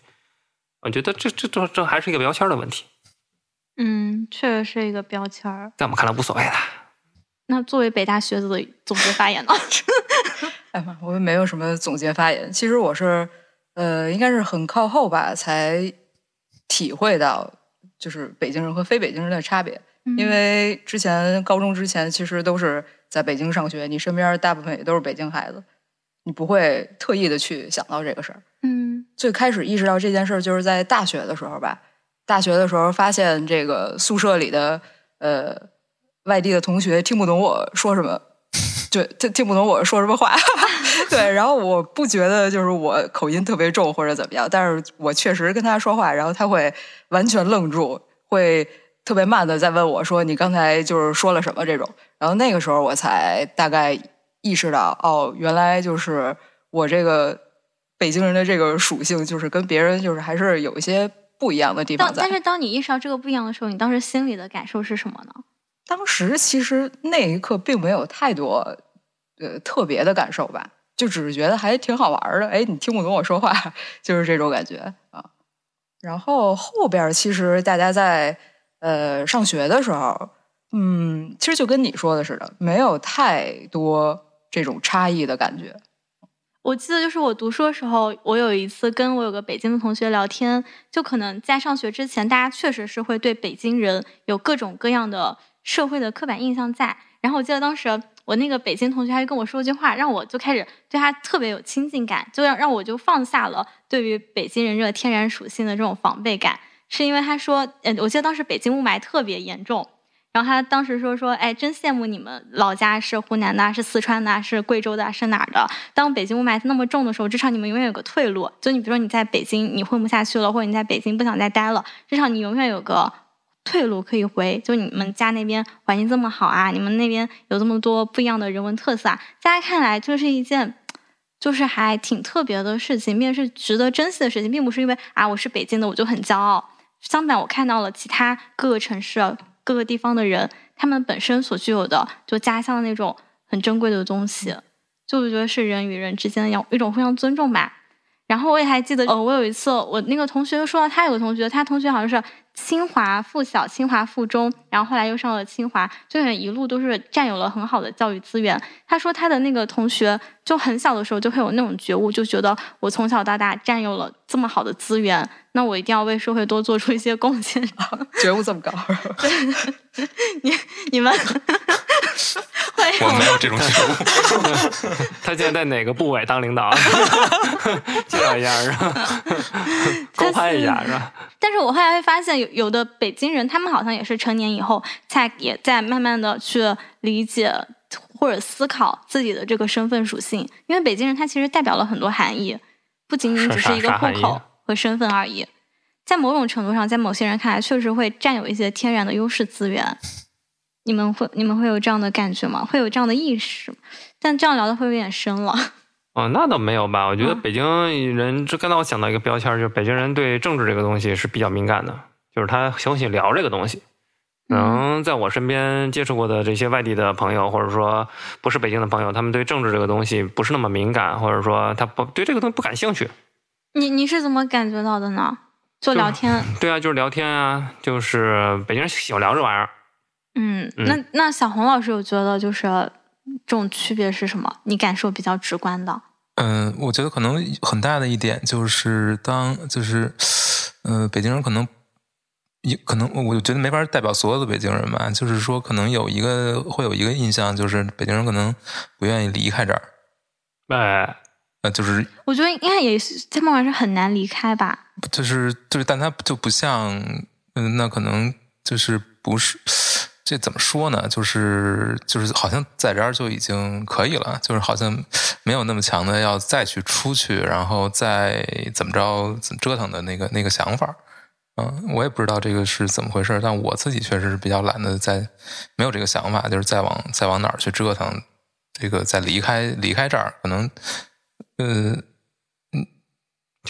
Speaker 4: 我觉得这这这这还是一个标签的问题，
Speaker 2: 嗯，确实是一个标签儿。
Speaker 4: 在我们看来无所谓的。
Speaker 2: 那作为北大学子的总结发言呢？
Speaker 5: 哎妈，我也没有什么总结发言。其实我是，呃，应该是很靠后吧，才体会到就是北京人和非北京人的差别。
Speaker 2: 嗯
Speaker 5: 因为之前高中之前，其实都是在北京上学，你身边大部分也都是北京孩子，你不会特意的去想到这个事儿。
Speaker 2: 嗯
Speaker 5: 最开始意识到这件事儿，就是在大学的时候吧。大学的时候发现，这个宿舍里的呃外地的同学听不懂我说 什么，对，听听不懂我说什么话。对，然后我不觉得就是我口音特别重或者怎么样，但是我确实跟他说话，然后他会完全愣住，会特别慢的在问我说你刚才就是说了什么这种。然后那个时候我才大概意识到，哦，原来就是我这个北京人的这个属性，就是跟别人就是还是有一些不一样的地
Speaker 2: 当
Speaker 5: 方在。
Speaker 2: 但是当你意识到这个不一样的时候，你当时心里的感受是什么呢？
Speaker 5: 当时其实那一刻并没有太多呃特别的感受吧，就只是觉得还挺好玩儿的。哎，你听不懂我说话， 就是这种感觉啊。然后后边儿其实大家在呃上学的时候，嗯，其实就跟你说的似的，没有太多这种差异的感觉。
Speaker 2: 我记得就是我读书的时候，我有一次跟我有个北京的同学聊天，就可能在上学之前，大家确实是会对北京人有各种各样的社会的刻板印象在。然后我记得当时我那个北京同学还跟我说一句话，让我就开始对他特别有亲近感，就让让我就放下了对于北京人这个天呃然属性的这种防备感，是因为他说，嗯，我记得当时北京雾霾特别严重，然后他当时说说，哎，真羡慕你们老家是湖南的，是四川的，啊是贵州的，是哪儿的？当北京雾霾那么重的时候，至少你们永远有个退路。就你比如说你在北京你混不下去了，或者你在北京不想再待了，至少你永远有个退路可以回。就你们家那边环境这么好啊，你们那边有这么多不一样的人文特色啊，在他看来就是一件。就是还挺特别的事情，并是值得珍惜的事情，并不是因为啊我是北京的我就很骄傲。相反，我看到了其他各个城市、啊、各个地方的人，他们本身所具有的就家乡的那种很珍贵的东西，就我觉得是人与人之间的一种一种互相尊重吧。然后我也还记得，呃，我有一次我那个同学说到他有个同学，他同学好像是清华附小、清华附中，然后后来又上了清华，就是一路都是占有了很好的教育资源。他说他的那个同学就很小的时候就会有那种觉悟，就觉得我从小到大占有了这么好的资源，那我一定要为社会多做出一些贡献。
Speaker 5: 觉悟这么高，
Speaker 2: 你你们 会
Speaker 3: 我没有这种觉悟。
Speaker 4: 他现在在哪个部委当领导？啊 介绍一下是吧？
Speaker 2: 但
Speaker 4: 高攀一
Speaker 2: 是
Speaker 4: 下是吧？
Speaker 2: 但是我后来会发现有，有的北京人，他们好像也是成年以后，才也在慢慢的去理解或者思考自己的这个身份属性，因为北京人他其实代表了很多含义，不仅仅
Speaker 4: 是
Speaker 2: 只
Speaker 4: 啥
Speaker 2: 是一个
Speaker 4: 啥
Speaker 2: 户
Speaker 4: 含义
Speaker 2: 口
Speaker 4: 啊
Speaker 2: 和身份而已。在某种程度上，在某些人看来，确实会占有一些天然的优势资源。你们会你们会有这样的感觉吗？会有这样的意识吗？但这样聊的会有点深了。
Speaker 4: 哦，那倒没有吧？我觉得
Speaker 3: 啊
Speaker 2: 嗯
Speaker 4: 北京人，这刚才我想到一个标签儿，就是北京人对政治这个东西是比较敏感的，就是他喜欢聊这个东西。
Speaker 3: 嗯
Speaker 4: 能在我身边接触过的这些外地的朋友，或者说不是北京的朋友，他们对政治这个东西不是那么敏感，或者说他不对这个东西不感兴趣。
Speaker 2: 你你是怎么感觉到的呢？就聊天，
Speaker 4: 对啊，就是聊天啊，就是北京人喜欢聊这玩意儿。
Speaker 2: 嗯，
Speaker 4: 嗯
Speaker 2: 那那小红老师有觉得就是这种区别是什么？你感受比较直观的，
Speaker 3: 嗯，我觉得可能很大的一点就是当就是，呃，北京人可能也可能我觉得没法代表所有的北京人吧，就是说可能有一个会有一个印象，就是北京人可能不愿意离开这儿，
Speaker 4: 哎，
Speaker 3: 呃，就是
Speaker 2: 我觉得应该也是在孟买是很难离开吧。
Speaker 3: 就是就是，但它就不像，嗯，那可能就是不是这怎么说呢？就是就是，好像在这儿就已经可以了，就是好像没有那么强的要再去出去，然后再怎么着怎么折腾的那个那个想法儿。嗯，我也不知道这个是怎么回事儿，但我自己确实是比较懒得再没有这个想法，就是再往再往哪儿去折腾，这个再离开离开这儿，可能，呃，嗯，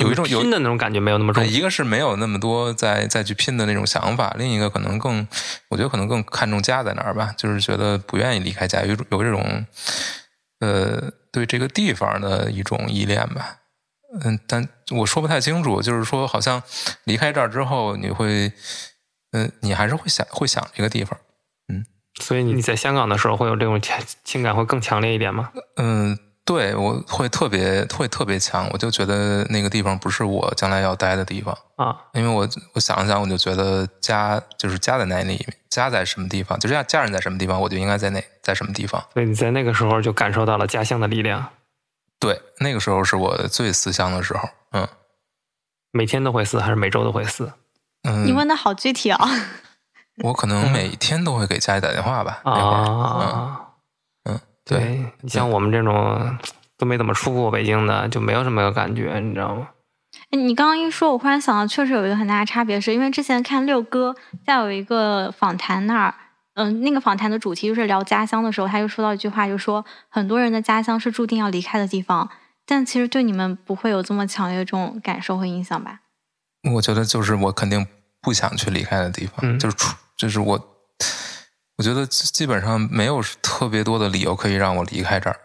Speaker 3: 有一种有
Speaker 4: 拼的那种感觉没有那么重
Speaker 3: 对，。一个是没有那么多再再去拼的那种想法，另一个可能更，我觉得可能更看重家在哪儿吧，就是觉得不愿意离开家，有一种有这种，呃，对这个地方的一种依恋吧。嗯，但我说不太清楚，就是说好像离开这儿之后，你会，嗯、你还是会想会想这个地方。
Speaker 4: 所以你在香港的时候会有这种情情感会更强烈一点吗？
Speaker 3: 嗯，对，我会特别会特别强，我就觉得那个地方不是我将来要待的地方。
Speaker 4: 啊，
Speaker 3: 因为我我想了想，我就觉得家就是家在哪里，家在什么地方，就家家人在什么地方，我就应该在哪在什么地方。
Speaker 4: 所以你在那个时候就感受到了家乡的力量，
Speaker 3: 对，那个时候是我最思乡的时候。嗯
Speaker 4: 每天都会撕还是每周都会撕？
Speaker 2: 你
Speaker 3: 嗯，
Speaker 2: 问的好具体哦，
Speaker 3: 我可能每天都会给家里打电话吧。那会儿，嗯
Speaker 4: 啊，
Speaker 3: 嗯，对，
Speaker 4: 对你像我们这种都没怎么出过北京的，就没有什么感觉，你知道吗？
Speaker 2: 哎你刚刚一说，我忽然想到，确实有一个很大的差别是，因为之前看六哥在有一个访谈那儿，嗯、那个访谈的主题就是聊家乡的时候，他就说到一句话，就说很多人的家乡是注定要离开的地方，但其实对你们不会有这么强烈的这种感受和影响吧？
Speaker 3: 我觉得就是我肯定不想去离开的地方，
Speaker 4: 嗯
Speaker 3: 就是出，就是我，我觉得基本上没有特别多的理由可以让我离开这儿。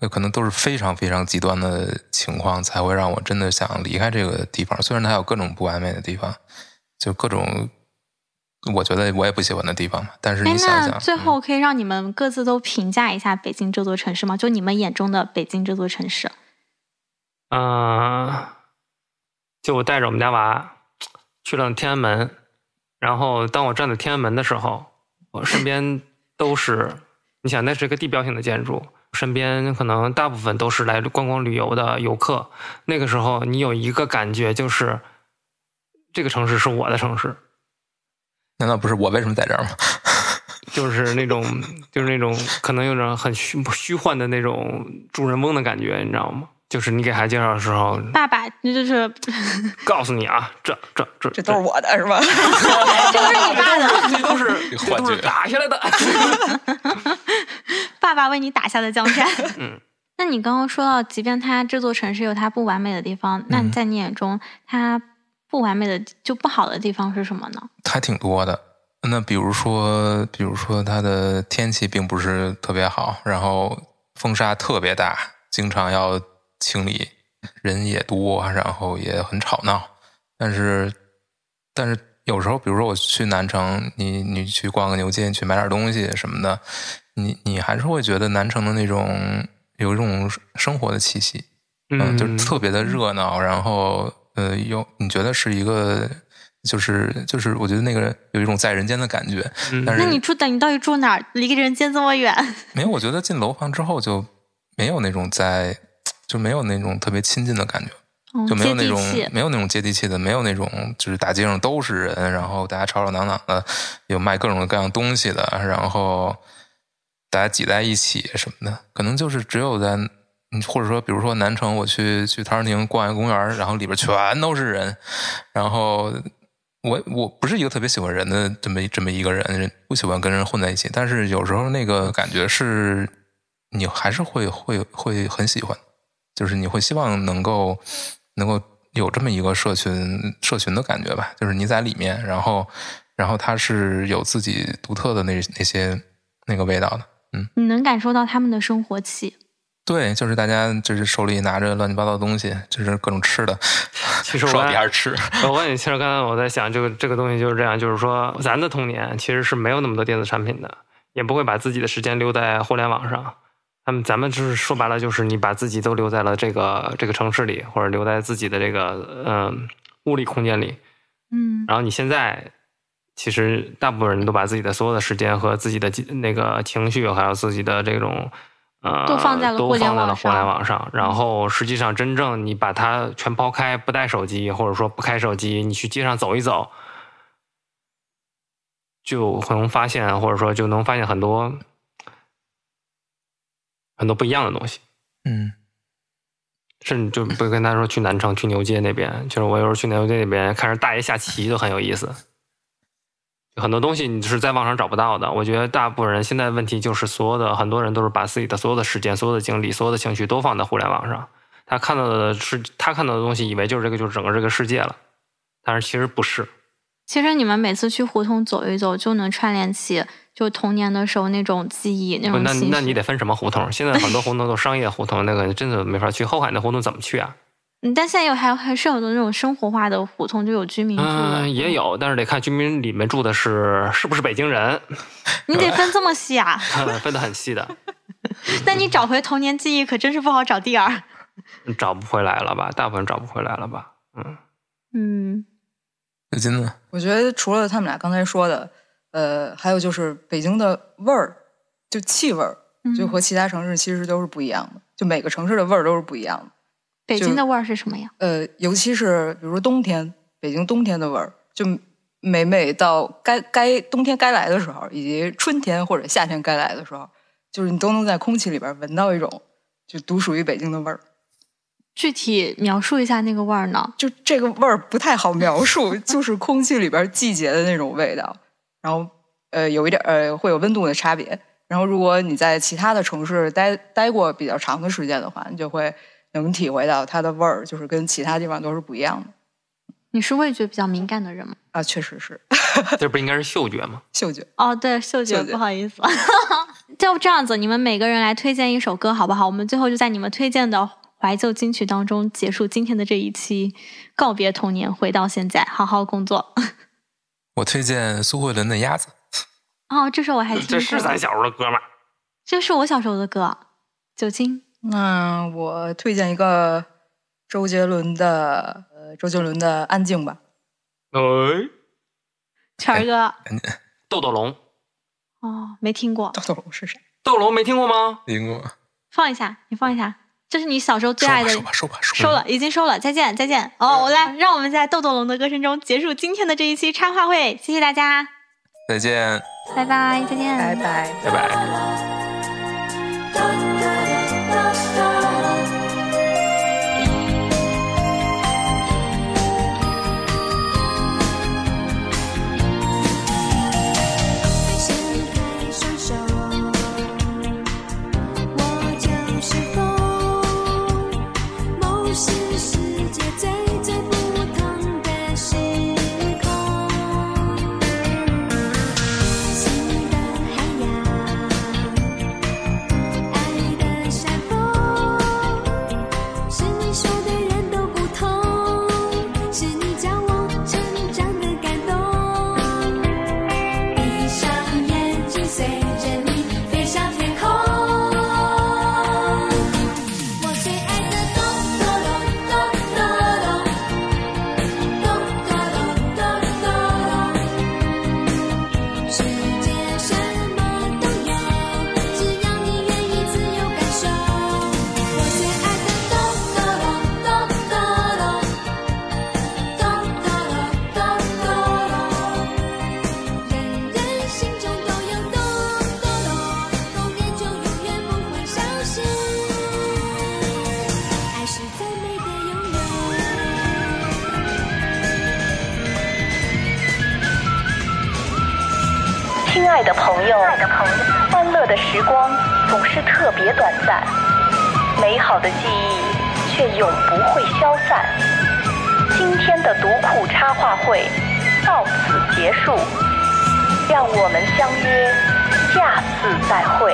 Speaker 3: 那可能都是非常非常极端的情况，才会让我真的想离开这个地方。虽然它有各种不完美的地方，就各种我觉得我也不喜欢的地方嘛。但是
Speaker 2: 哎
Speaker 3: 你，想
Speaker 2: 那
Speaker 3: 想，嗯
Speaker 2: 最后可以让你们各自都评价一下北京这座城市吗？就你们眼中的北京这座城市，
Speaker 4: 啊、就我带着我们家娃去了天安门，然后当我站在天安门的时候，我身边都是，你想那是一个地标性的建筑，身边可能大部分都是来观光旅游的游客。那个时候，你有一个感觉就是，这个城市是我的城市。
Speaker 3: 难道不是我为什么在这儿吗？
Speaker 4: 就是那种就是那种可能有点很虚虚幻的那种主人翁的感觉，你知道吗？就是你给孩子介绍的时候，
Speaker 2: 爸爸，那就是
Speaker 4: 告诉你啊，这这这
Speaker 5: 这都是我的是吧？
Speaker 2: 这不是你爸的，
Speaker 4: 这都是 这都是打下来的。
Speaker 2: 爸爸为你打下的江山。
Speaker 4: 嗯，
Speaker 2: 那你刚刚说到，即便它制作城市有它不完美的地方，
Speaker 3: 嗯
Speaker 2: 那你在你眼中，它不完美的就不好的地方是什么呢？
Speaker 3: 还挺多的。那比如说，比如说它的天气并不是特别好，然后风沙特别大，经常要清理，人也多，然后也很吵闹。但是，但是有时候，比如说我去南城，你你去逛个牛街，去买点东西什么的，你你还是会觉得南城的那种有一种生活的气息，嗯，就是特别的热闹，然后呃，有你觉得是一个，就是就是，我觉得那个有一种在人间的感觉，
Speaker 4: 嗯
Speaker 3: 但
Speaker 2: 那你
Speaker 3: 是
Speaker 2: 住的你到底住哪儿？离人间这么远，
Speaker 3: 没有，我觉得进楼房之后就没有那种在，就没有那种特别亲近的感觉，
Speaker 2: 嗯
Speaker 3: 就没
Speaker 2: 接
Speaker 3: 有那
Speaker 2: 地
Speaker 3: 种
Speaker 2: 气。
Speaker 3: 没有那种接地气的，没有那种就是大街上都是人，然后大家吵吵嚷嚷的，有卖各种各样东西的，然后大家挤在一起什么的，可能就是只有在。嗯或者说，比如说南城，我去去陶然亭逛一个公园，然后里边全都是人，然后我我不是一个特别喜欢人的这么一这么一个人，人不喜欢跟人混在一起，但是有时候那个感觉是，你还是会会会很喜欢，就是你会希望能够能够有这么一个社群社群的感觉吧，就是你在里面，然后然后它是有自己独特的那那些那个味道的。
Speaker 2: 你能感受到他们的生活气。
Speaker 3: 对，就是大家就是手里拿着乱七八糟的东西，就是各种吃的，
Speaker 4: 其实我
Speaker 3: 说
Speaker 4: 刚
Speaker 3: 比
Speaker 4: 才
Speaker 3: 还是吃，
Speaker 4: 我跟你其实刚才我在想，这个这个东西就是这样，就是说咱的童年其实是没有那么多电子产品的，也不会把自己的时间留在互联网上。他们咱们就是说白了，就是你把自己都留在了这个这个城市里，或者留在自己的这个嗯、物理空间里。
Speaker 2: 嗯，
Speaker 4: 然后你现在其实大部分人都把自己的所有的时间和自己的那个情绪，还有自己的这种呃，
Speaker 2: 都放在了
Speaker 4: 都
Speaker 2: 互联
Speaker 4: 放在
Speaker 2: 网
Speaker 4: 了互联
Speaker 2: 上嗯
Speaker 4: 网上。然后实际上，真正你把它全抛开，不带手机，或者说不开手机，你去街上走一走，就很能发现，或者说就能发现很多很多不一样的东西。
Speaker 3: 嗯
Speaker 4: 甚至就不跟他说去南城、去牛街那边，就是我有时候去牛街那边看着大爷下棋就很有意思。很多东西你是在网上找不到的。我觉得大部分人现在问题就是，所有的很多人都是把自己的所有的时间、所有的精力、所有的情绪都放在互联网上。他看到的是他看到的东西，以为就是这个就是整个这个世界了，但是其实不是。
Speaker 2: 其实你们每次去胡同走一走，就能串联起就童年的时候那种记忆，那种
Speaker 4: 不哦那
Speaker 2: 情绪。
Speaker 4: 那你得分什么胡同？现在很多胡同都是商业胡同，那个真的没法去。后海那胡同怎么去啊？
Speaker 2: 嗯，但现在有还有还是有的那种生活化的胡同，就有居民住啊
Speaker 4: 嗯、
Speaker 2: 的，
Speaker 4: 也有，但是得看居民里面住的是是不是北京人。
Speaker 2: 你得分这么细啊？
Speaker 4: 分得很细的，
Speaker 2: 那你找回童年记忆可真是不好找地儿。
Speaker 4: 找不回来了吧？大部分找不回来了吧？嗯，
Speaker 2: 嗯，
Speaker 3: 最近呢，
Speaker 5: 我觉得除了他们俩刚才说的，呃，还有就是北京的味儿，就气味儿，
Speaker 2: 嗯
Speaker 5: 就和其他城市其实都是不一样的，就每个城市的味儿都是不一样的。
Speaker 2: 北京
Speaker 5: 就
Speaker 2: 的味儿是什么呀？
Speaker 5: 呃，尤其是比如说冬天，北京冬天的味儿，就每每到该该冬天该来的时候，以及春天或者夏天该来的时候，就是你都能在空气里边闻到一种就独属于北京的味儿。
Speaker 2: 具体描述一下那个味儿呢？
Speaker 5: 就这个味儿不太好描述， 就是空气里边季节的那种味道，然后呃有一点呃会有温度的差别。然后如果你在其他的城市待待过比较长的时间的话，你就会能体会到它的味儿，就是跟其他地方都是不一样的
Speaker 2: 你是味觉比较敏感的人吗？
Speaker 5: 啊，确实是
Speaker 4: 这不应该是嗅觉吗？
Speaker 5: 嗅觉。
Speaker 2: 哦，对，嗅觉，
Speaker 5: 嗅觉
Speaker 2: 不好意思。 就这样子，你们每个人来推荐一首歌，好不好？我们最后就在你们推荐的怀旧金曲当中结束今天的这一期，告别童年，回到现在，好好工作。
Speaker 3: 我推荐苏慧伦的《鸭子》。
Speaker 2: 哦，这首我还听过，
Speaker 4: 嗯这是咱小时候的歌吗？
Speaker 2: 这是我小时候的歌，酒精。
Speaker 5: 那我推荐一个周杰伦的呃周杰伦的《安静》吧，
Speaker 4: 哎，
Speaker 2: 全儿哥，
Speaker 4: 豆豆龙，
Speaker 2: 哦，没听过，
Speaker 5: 豆豆龙是谁？
Speaker 4: 豆龙没听过吗？
Speaker 3: 英国
Speaker 2: 放一下，你放一下，这是你小时候最爱的
Speaker 3: 收。吧收吧收吧
Speaker 2: 收了，已经收了，再见，再见。哦，我来，让我们在豆豆龙的歌声中结束今天的这一期插画会，谢谢大家。
Speaker 3: 再见，
Speaker 2: 拜拜，再见，
Speaker 5: 拜拜。
Speaker 3: 拜拜。
Speaker 6: 伸开双手，我就是风，梦是世界最最不同的时空。新的海洋，爱的山峰，是你说的人都不同，是你教我成长的感动。闭上眼睛，随着你飞上天空。我最爱的咚咚咚咚咚咚咚咚咚咚，世界什么都有，只要你愿意自由感受。我最爱的咚咚咚咚咚咚咚咚咚。人人心中都有咚咚咚，童年就永远不会消失。爱是最美的拥有。
Speaker 1: 亲爱的朋友，欢乐的时光总是特别短暂，美好的记忆却永不会消散。今天的读库插画会到此结束，让我们相约下次再会。